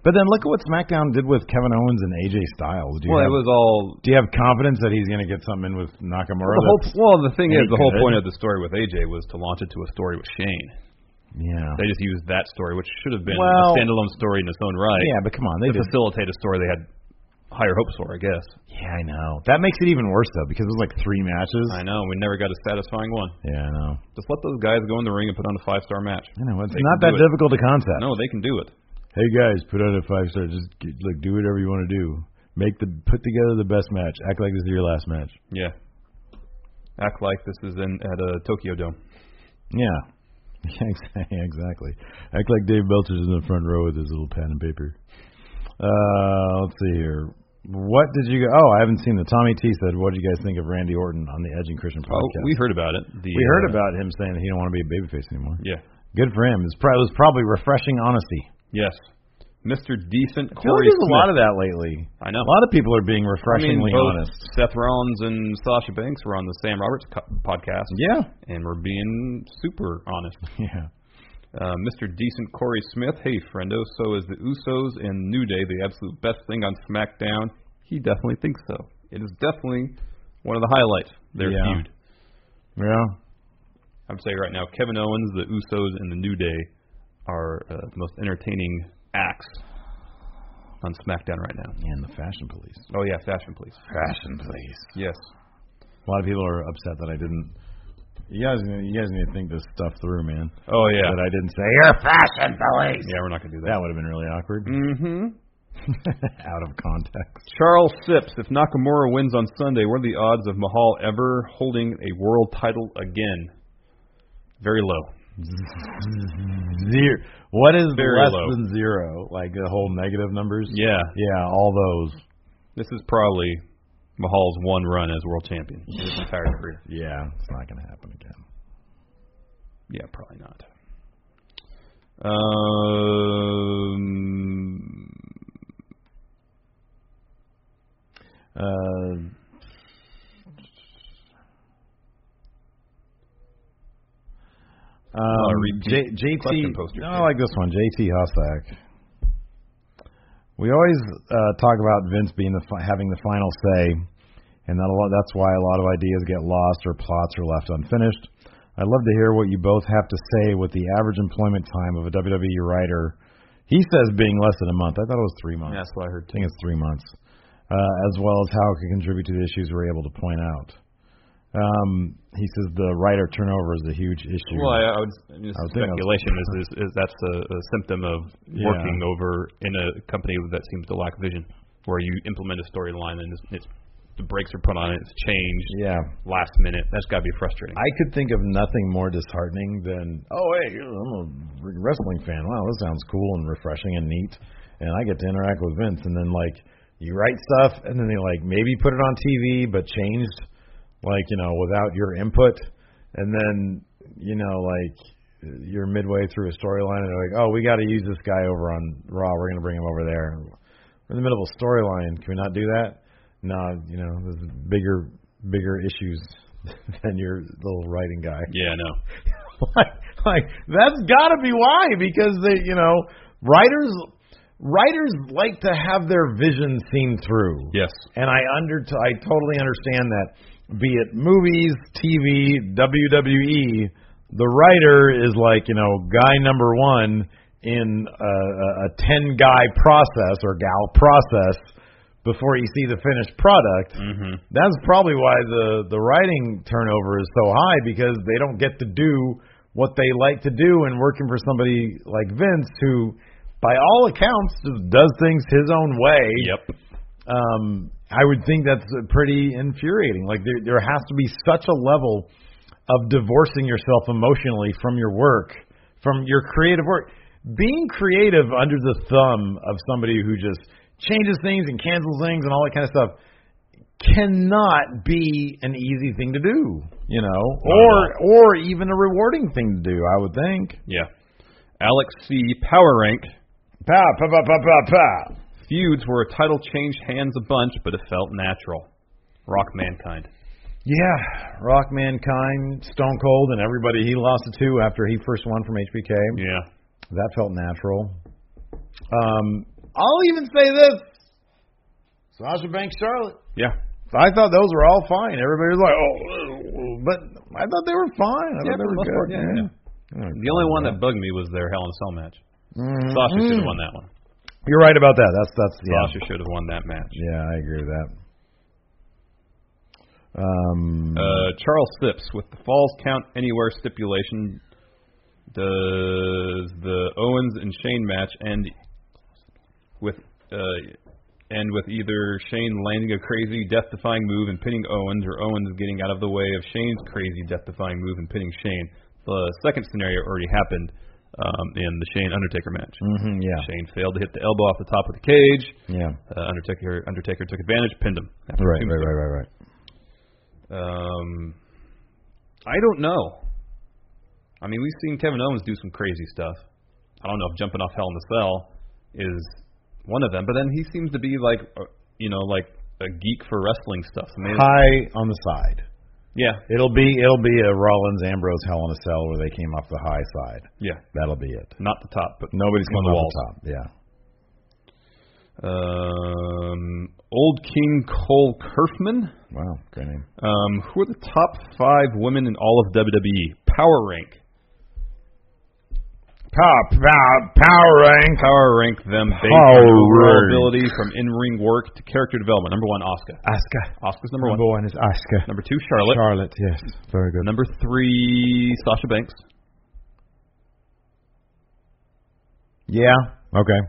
Speaker 1: But then look at what SmackDown did with Kevin Owens and AJ Styles. Do you
Speaker 2: Well,
Speaker 1: have,
Speaker 2: it was all.
Speaker 1: do you have confidence that he's going to get something in with Nakamura?
Speaker 2: The whole, well, the thing
Speaker 1: Any
Speaker 2: is, the whole
Speaker 1: good?
Speaker 2: point of the story with AJ was to launch it to a story with Shane.
Speaker 1: yeah.
Speaker 2: They just used that story, which should have been
Speaker 1: Well-
Speaker 2: a standalone story in its own right.
Speaker 1: yeah, but come on, they
Speaker 2: to
Speaker 1: just
Speaker 2: facilitate a story they had higher hopes for, I guess.
Speaker 1: yeah, I know. That makes it even worse though because it was like three matches.
Speaker 2: I know. We never got a satisfying one.
Speaker 1: yeah, I know.
Speaker 2: Just let those guys go in the ring and put on a five star match.
Speaker 1: I know it's
Speaker 2: They
Speaker 1: not
Speaker 2: can
Speaker 1: that
Speaker 2: do it.
Speaker 1: difficult to concept.
Speaker 2: No, they can do it.
Speaker 1: Hey guys, put out a five star. Just get, like do whatever you want to do. Make the put together the best match. Act like this is your last match.
Speaker 2: Yeah. Act like this is in at a Tokyo Dome.
Speaker 1: Yeah. Yeah, exa- yeah, exactly. Act like Dave Belcher's in the front row with his little pen and paper. Uh, let's see here. What did you? Go- oh, I haven't seen the Tommy T said. What do you guys think of Randy Orton on the Edge and Christian podcast?
Speaker 2: Oh, we heard about it. The,
Speaker 1: We heard
Speaker 2: uh,
Speaker 1: about him saying that he don't want to be a babyface anymore.
Speaker 2: Yeah.
Speaker 1: Good for him. It's probably, it was probably refreshing honesty.
Speaker 2: Yes. Mr. Decent
Speaker 1: I feel like
Speaker 2: Corey
Speaker 1: there's a lot
Speaker 2: Smith.
Speaker 1: of that lately.
Speaker 2: I know.
Speaker 1: A lot of people are being
Speaker 2: I mean,
Speaker 1: refreshingly
Speaker 2: both
Speaker 1: honest.
Speaker 2: Seth Rollins and Sasha Banks were on the Sam Roberts co- podcast,
Speaker 1: Yeah.
Speaker 2: and we're being super honest.
Speaker 1: Yeah.
Speaker 2: Uh, Mr. Decent Corey Smith, hey friendo, so is the Usos and New Day the absolute best thing on SmackDown? He definitely thinks so. It is definitely one of the highlights. Their
Speaker 1: Yeah.
Speaker 2: feud.
Speaker 1: Yeah.
Speaker 2: I'm saying right now, Kevin Owens, the Usos, and the New Day are uh, the most entertaining acts on SmackDown right now.
Speaker 1: And the fashion police.
Speaker 2: Oh yeah, fashion please.
Speaker 1: Fashion police.
Speaker 2: Yes.
Speaker 1: A lot of people are upset that I didn't. You guys, you guys need to think this stuff through, man.
Speaker 2: Oh yeah.
Speaker 1: That I didn't say you're fashion police.
Speaker 2: Yeah, we're not gonna do
Speaker 1: That
Speaker 2: that.
Speaker 1: would have been really awkward,
Speaker 2: Mm-hmm.
Speaker 1: out of context.
Speaker 2: Charles Sips, if Nakamura wins on Sunday, what are the odds of Mahal ever holding a world title again? Very low.
Speaker 1: Zero. What is
Speaker 2: Very
Speaker 1: less
Speaker 2: low.
Speaker 1: than zero? Like the whole negative numbers.
Speaker 2: Yeah,
Speaker 1: Yeah, all those.
Speaker 2: this is probably Mahal's one run as world champion in his entire career.
Speaker 1: Yeah, it's not gonna happen again.
Speaker 2: Yeah, probably not. Um,
Speaker 1: Uh,
Speaker 2: I'll
Speaker 1: um, J-
Speaker 2: repeat
Speaker 1: JT,
Speaker 2: question poster.
Speaker 1: no, I like this one. JT Hossack. We always uh, talk about Vince being the fi- having the final say, and that a lot, that's why a lot of ideas get lost or plots are left unfinished. I'd love to hear what you both have to say with the average employment time of a WWE writer. He says being less than a month. I thought it was three months.
Speaker 2: that's what I heard
Speaker 1: I think it's three months, uh, as well as how it could contribute to the issues we're able to point out. Um, he says the writer turnover is a huge issue.
Speaker 2: Well, I, I would, just
Speaker 1: I would think that was-
Speaker 2: speculation is, is, is that's a, a symptom of
Speaker 1: Yeah.
Speaker 2: working over in a company that seems to lack vision, where you implement a storyline and it's, it's, the brakes are put on it, it's changed
Speaker 1: yeah,
Speaker 2: last minute. That's got to be frustrating.
Speaker 1: I could think of nothing more disheartening than oh hey, I'm a wrestling fan. Wow, this sounds cool and refreshing and neat, and I get to interact with Vince. And then like you write stuff, and then they like maybe put it on TV, but changed like you know without your input. And then you know like you're midway through a storyline, and they're like, oh, we got to use this guy over on Raw. We're gonna bring him over there. We're in the middle of a storyline. Can we not do that? No, you know, there's bigger bigger issues than your little writing guy.
Speaker 2: yeah, no.
Speaker 1: like, like that's got to be why because they, you know, writers writers like to have their vision seen through.
Speaker 2: Yes.
Speaker 1: And I under I totally understand that be it movies, TV, WWE, E, the writer is like, you know, guy number 1 in a, a- a 10 guy process or gal process before you see the finished product.
Speaker 2: Mm-hmm.
Speaker 1: That's probably why the the writing turnover is so high because they don't get to do what they like to do and working for somebody like Vince who by all accounts just does things his own way.
Speaker 2: Yep.
Speaker 1: Um I would think that's uh, pretty infuriating. Like there there has to be such a level of divorcing yourself emotionally from your work, from your creative work. Being creative under the thumb of somebody who just changes things and cancels things and all that kind of stuff cannot be an easy thing to do, you know,
Speaker 2: Not
Speaker 1: or or even a rewarding thing to do, I would think.
Speaker 2: Yeah. Alex C. Power Rank.
Speaker 1: Pa pa pa pa pa pa.
Speaker 2: Feuds where a title changed hands a bunch, but it felt natural. Rock Mankind.
Speaker 1: Yeah, Rock Mankind, Stone Cold, and everybody he lost it to after he first won from HBK.
Speaker 2: Yeah.
Speaker 1: That felt natural. Um,
Speaker 3: I'll even say this.
Speaker 1: Sasha Banks, Charlotte.
Speaker 2: Yeah.
Speaker 3: I thought those were all fine. Everybody was like, oh, uh, but I thought they were fine. I
Speaker 2: Yeah,
Speaker 3: thought they were
Speaker 2: for the most
Speaker 3: good.
Speaker 2: part, yeah, yeah. The only one that bugged me was their Hell in a Cell match. Sasha should have won that one.
Speaker 1: Mm-hmm. You're right about that. That's that's yeah.
Speaker 2: Sasha should have won that match.
Speaker 1: Yeah, I agree with that. Um,
Speaker 2: Uh, Charles Sips with the falls count anywhere stipulation. Does the Owens and Shane match end with uh, end with either Shane landing a crazy death-defying move and pinning Owens, or Owens getting out of the way of Shane's crazy death-defying move and pinning Shane? The second scenario already happened um, in the Shane Undertaker match.
Speaker 1: mhm, yeah,
Speaker 2: Shane failed to hit the elbow off the top of the cage.
Speaker 1: yeah.
Speaker 2: Uh, Undertaker Undertaker took advantage, pinned him. after
Speaker 1: Right,
Speaker 2: two
Speaker 1: right, right, right, right.
Speaker 2: um, I don't know. I mean, we've seen Kevin Owens do some crazy stuff. I don't know if jumping off Hell in a Cell is one of them, but then he seems to be like, uh, you know, like a geek for wrestling stuff. So maybe,
Speaker 1: High on the side.
Speaker 2: yeah,
Speaker 1: It'll be it'll be a Rollins Ambrose Hell in a Cell where they came off the high side.
Speaker 2: yeah,
Speaker 1: That'll be it.
Speaker 2: not the top, but
Speaker 1: Nobody's
Speaker 2: on
Speaker 1: coming
Speaker 2: the
Speaker 1: off
Speaker 2: walls.
Speaker 1: the top. Yeah.
Speaker 2: Um, old King Cole Kerfman.
Speaker 1: Wow, great name.
Speaker 2: Um, who are the top five women in all of WWE? Power rank.
Speaker 1: Pop, pop, power rank.
Speaker 2: Power rank them based
Speaker 1: Power
Speaker 2: on overall
Speaker 1: rank.
Speaker 2: ability from in-ring work to character development. Number one, Oscar.
Speaker 1: Asuka.
Speaker 2: Oscar's number, one.
Speaker 1: is Asuka.
Speaker 2: Number two, Charlotte.
Speaker 1: Charlotte, yes, very good.
Speaker 2: Number three, Sasha Banks.
Speaker 1: Yeah. Okay.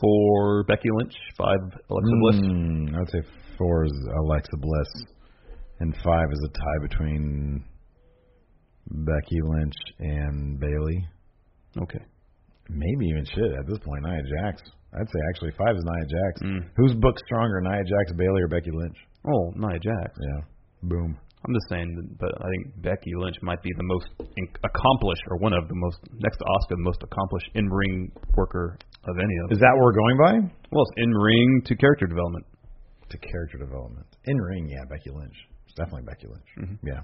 Speaker 2: Four, Becky Lynch. Five, Alexa Bliss.
Speaker 1: Mm, I'd say four is Alexa Bliss, and five is a tie between Becky Lynch and Bailey.
Speaker 2: Okay.
Speaker 1: Maybe even shit at this point, Nia Jax. I'd say actually five is Nia Jax.
Speaker 2: Mm.
Speaker 1: Who's booked stronger, Nia Jax, Bailey, or Becky Lynch?
Speaker 2: Oh, Nia Jax.
Speaker 1: Yeah. Boom.
Speaker 2: I'm just saying, that- but I think Becky Lynch might be the most in- accomplished, or one of the most, next to Oscar, the most accomplished in-ring worker of any of
Speaker 1: Is
Speaker 2: them.
Speaker 1: that what we're going by?
Speaker 2: Well, it's in-ring to character development.
Speaker 1: To character development. In ring, yeah, Becky Lynch. It's definitely Becky Lynch. Yeah.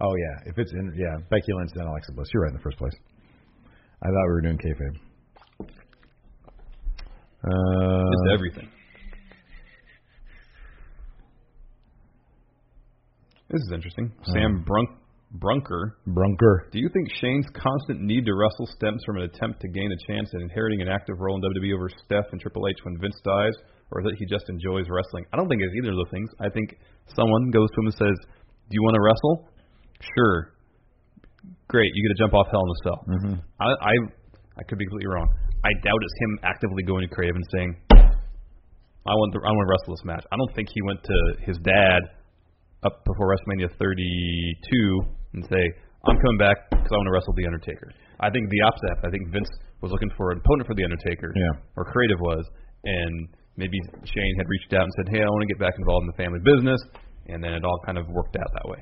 Speaker 1: Oh yeah. If it's in, yeah, Becky Lynch then Alexa Bliss. You're right in the first place. I thought we were doing kayfabe. Uh,
Speaker 2: It's everything. This is interesting. Sam Brunk Brunker
Speaker 1: Brunker.
Speaker 2: Do you think Shane's constant need to wrestle stems from an attempt to gain a chance at inheriting an active role in WWE over Steph and Triple H when Vince dies, or that he just enjoys wrestling? I don't think it's either of those things. I think someone goes to him and says, "Do you want to wrestle? Sure. Great, you get to jump off Hell in a Cell." Mm-hmm. I, I I could be completely wrong. I doubt it's him actively going to Crave and saying, "I want the, I want to wrestle this match." I don't think he went to his dad up before WrestleMania 32 and say, I'm coming back because I want to wrestle The Undertaker. I think the opposite happened. I think Vince was looking for an opponent for The Undertaker,
Speaker 1: Yeah.
Speaker 2: or Creative was, and maybe Shane had reached out and said, hey, I want to get back involved in the family business, and then it all kind of worked out that way.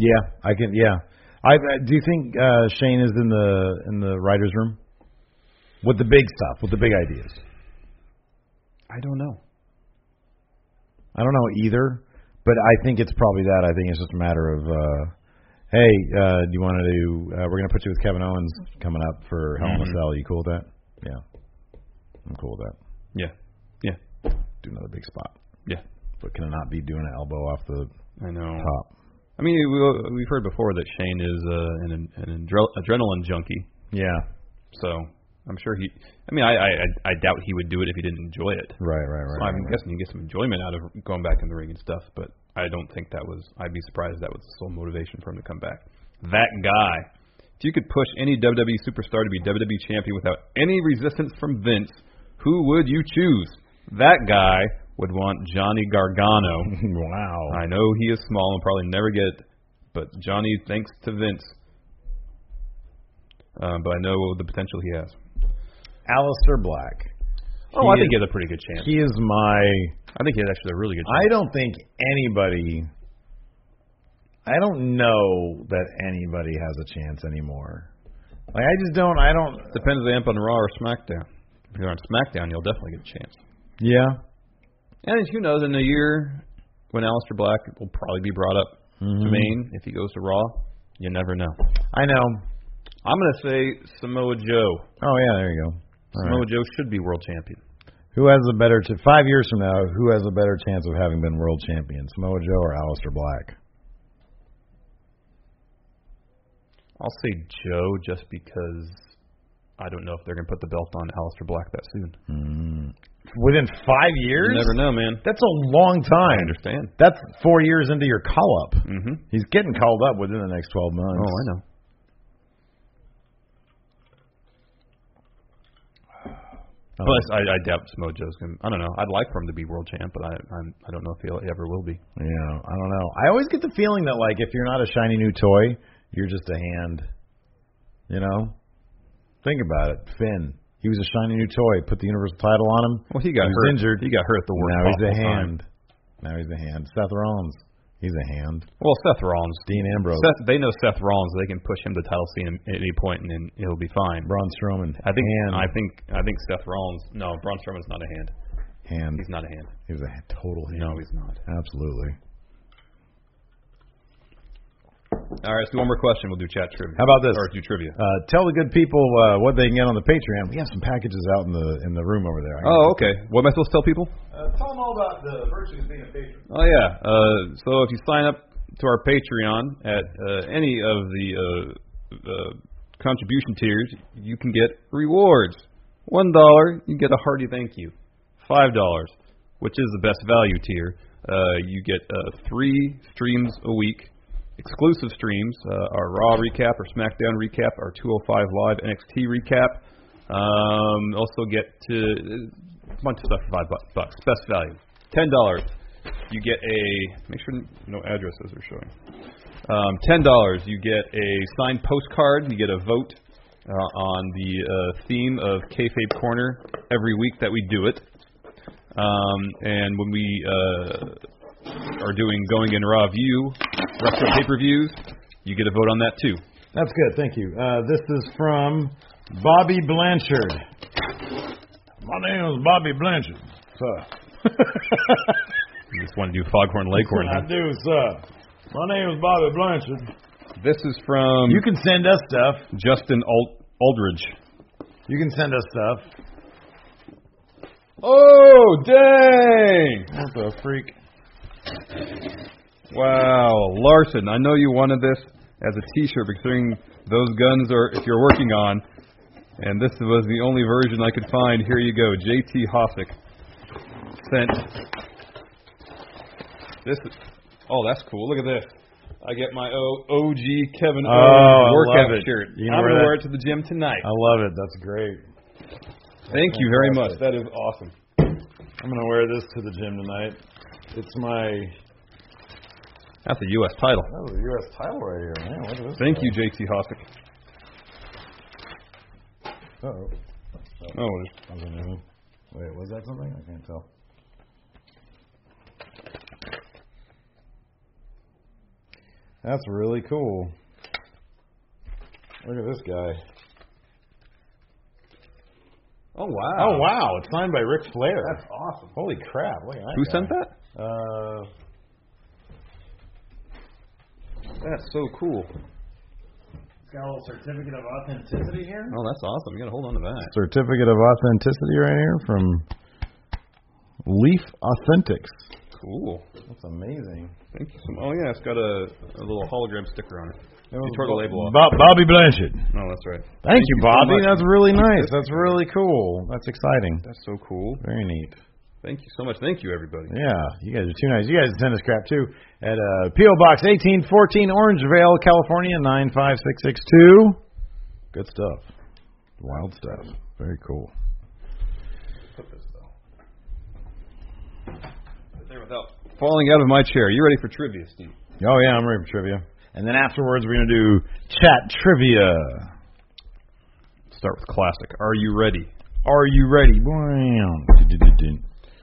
Speaker 1: Yeah, I can. Yeah, I I- do. You think uh, Shane is in the in the writers' room with the big stuff, with the big ideas?
Speaker 2: I don't know.
Speaker 1: I don't know either, but I think it's probably that. I think it's just a matter of, uh, hey, uh, do you want to? do Uh, we're gonna put you with Kevin Owens coming up for Hell in a
Speaker 2: Mm-hmm.
Speaker 1: Cell. You cool with that? Yeah, I'm cool with that.
Speaker 2: Yeah. Yeah.
Speaker 1: Do another big spot,
Speaker 2: Yeah. Oh.
Speaker 1: but can it not be doing an elbow off the
Speaker 2: I know.
Speaker 1: top?
Speaker 2: I mean, we, we've heard before that Shane is uh, an, an adre- adrenaline junkie,
Speaker 1: Yeah,
Speaker 2: so I'm sure he. I mean, I, I I doubt he would do it if he didn't enjoy it.
Speaker 1: right, right, right.
Speaker 2: So I'm
Speaker 1: right, right.
Speaker 2: guessing you get some enjoyment out of going back in the ring and stuff, but I don't think that was. I'd be surprised that was the sole motivation for him to come back. That guy. If you could push any WWE superstar to be WWE champion without any resistance from Vince, who would you choose? That guy would want Johnny Gargano.
Speaker 1: wow.
Speaker 2: I know he is small and probably never get it, but Johnny, thanks to Vince. Um, but I know the potential he has.
Speaker 1: Alistair Black.
Speaker 2: Oh, I
Speaker 1: He
Speaker 2: think he
Speaker 1: is-
Speaker 2: has a pretty good chance.
Speaker 1: He is my
Speaker 2: I think he has actually a really good chance.
Speaker 1: I don't think anybody. I don't know that anybody has a chance anymore. Like I just don't. I don't.
Speaker 2: Depends if they amp on Raw or SmackDown. If you're on SmackDown, you'll definitely get a chance.
Speaker 1: Yeah.
Speaker 2: And who knows, in a year when Aleister Black will Mm-hmm. probably be brought up to Maine if he goes to Raw, you never know.
Speaker 1: I Mm-hmm. know.
Speaker 2: I'm gonna say Samoa Joe.
Speaker 1: Oh yeah, there you go. All right.
Speaker 2: Samoa Joe should be world champion.
Speaker 1: Who has a better ch- five years from now? Who has a better chance of having been world champion, Samoa Joe or Aleister Black?
Speaker 2: I'll say Joe just because I don't know if they're gonna put the belt on Aleister Black that soon.
Speaker 1: Within five
Speaker 2: You
Speaker 1: years?
Speaker 2: never know, man.
Speaker 1: That's a long
Speaker 2: I
Speaker 1: time.
Speaker 2: understand.
Speaker 1: That's four years into your call up.
Speaker 2: Mm-hmm.
Speaker 1: He's getting called up within the next twelve months.
Speaker 2: Oh, I know.
Speaker 1: Oh.
Speaker 2: Plus, I, I doubt Samoa Joe's gonna. I don't know. I'd like for him to be world champ, but I I'm, I don't know if he ever will be.
Speaker 1: Yeah, I don't know. I always get the feeling that like if you're not a shiny new toy, you're just a hand. You know? Think about it. Finn. He was a shiny new toy. Put the universal title on him.
Speaker 2: Well, he
Speaker 1: He
Speaker 2: got
Speaker 1: was
Speaker 2: hurt.
Speaker 1: injured.
Speaker 2: He got hurt at the worst
Speaker 1: now he's a
Speaker 2: possible
Speaker 1: hand.
Speaker 2: time.
Speaker 1: Now he's a hand. Seth Rollins. He's a hand.
Speaker 2: Well, Seth Rollins.
Speaker 1: Dean Ambrose.
Speaker 2: Seth, they know Seth Rollins. They can push him to title scene at any point, and then he'll be fine.
Speaker 1: Braun Strowman.
Speaker 2: I think.
Speaker 1: hand.
Speaker 2: I think. I think Seth Rollins. No, Braun Strowman's not a hand.
Speaker 1: hand.
Speaker 2: He's not a hand.
Speaker 1: He was a ha- total hand.
Speaker 2: No, he's not.
Speaker 1: Absolutely.
Speaker 2: All right, let's do one more question. We'll do chat trivia.
Speaker 1: How about this?
Speaker 2: Or do trivia.
Speaker 1: Uh, tell the good people uh, what they can get on the Patreon. We have some packages out in the in the room over there. I
Speaker 2: Oh, okay. What am I supposed to tell people?
Speaker 1: Uh, tell them all about the virtues of being a patron.
Speaker 2: Oh yeah. Uh, so if you sign up to our Patreon at uh, any of the uh, uh, contribution tiers, you can get rewards. One dollar, you get a hearty thank you. Five dollars, which is the best value tier, uh, you get uh, three streams a week. Exclusive streams, uh, our Raw recap, our SmackDown recap, our 205 Live NXT recap. Um, also get to a bunch of stuff for five bu- bucks. Best value, ten dollars you get a make sure no addresses are showing. Um, Ten dollars, you get a signed postcard. You get a vote uh, on the uh, theme of Kayfabe Corner every week that we do it. Um, and when we uh, are doing Going in Raw View, Wrestling Pay Per Views, you get a vote on that too.
Speaker 1: That's good. Thank you. Uh, this is from Bobby Blanchard. My name is Bobby Blanchard, sir.
Speaker 2: You just want to do Foghorn Leghorn.
Speaker 1: I
Speaker 2: huh?
Speaker 1: do, sir. My name is Bobby Blanchard.
Speaker 2: This is from
Speaker 1: You can send us stuff.
Speaker 2: Justin Ald- Aldridge.
Speaker 1: You can send us stuff.
Speaker 2: Oh dang!
Speaker 1: What a freak.
Speaker 2: Wow, Larson, I know you wanted this as a T-shirt, considering those guns are if you're working on, and this was the only version I could find. Here you go, J.T. Hosick sent this. Oh, that's cool. Look at this. I get my O- OG Kevin
Speaker 1: Oh,
Speaker 2: Owens
Speaker 1: I love
Speaker 2: workout
Speaker 1: it.
Speaker 2: shirt.
Speaker 1: You gonna
Speaker 2: I'm
Speaker 1: wear
Speaker 2: gonna
Speaker 1: that? Oh,
Speaker 2: wear it to the gym tonight.
Speaker 1: I love it. That's great.
Speaker 2: Thank you very
Speaker 1: fantastic.
Speaker 2: much. That is awesome.
Speaker 1: I'm gonna wear this to the gym tonight. It's my oh,
Speaker 2: That's a U.S. title.
Speaker 1: that was a U.S. title right here, man. Look at this.
Speaker 2: Thank you, J.T. Hosick.
Speaker 1: Oh,
Speaker 2: Oh,
Speaker 1: wait, was that something? I can't tell. That's really cool. Look at this guy.
Speaker 2: oh wow.
Speaker 1: Oh wow, it's signed by Ric Flair. That's awesome. Holy crap! Look at that.
Speaker 2: Who sent that?
Speaker 1: that? Uh,
Speaker 2: That's so cool.
Speaker 3: Got a little certificate of authenticity here.
Speaker 2: Oh, that's awesome. You gotta hold on to that.
Speaker 1: certificate of authenticity right here from Leaf Authentics.
Speaker 2: Cool.
Speaker 1: That's amazing.
Speaker 2: Thank you so much. Oh yeah, it's got a, a little hologram sticker on it. You tore the label off.
Speaker 1: Bob, Bobby Blanchard.
Speaker 2: No, Oh, that's right.
Speaker 1: Thank, you,
Speaker 2: so
Speaker 1: Bobby.
Speaker 2: much.
Speaker 1: That's really nice. That's really cool. That's exciting.
Speaker 2: That's so cool.
Speaker 1: Very neat.
Speaker 2: Thank you so much. Thank you, everybody.
Speaker 1: Yeah, you guys are too nice. You guys send us crap too at uh, PO Box 1814 Orangevale, California 95662. Good stuff. Wild stuff. Very cool.
Speaker 2: There without falling out of my chair. You ready for trivia, Steve?
Speaker 1: Oh yeah, I'm ready for trivia. And then afterwards we're gonna do chat trivia.
Speaker 2: Start with classic. Are you ready?
Speaker 1: Are you ready? Wow. Du-du-du-du.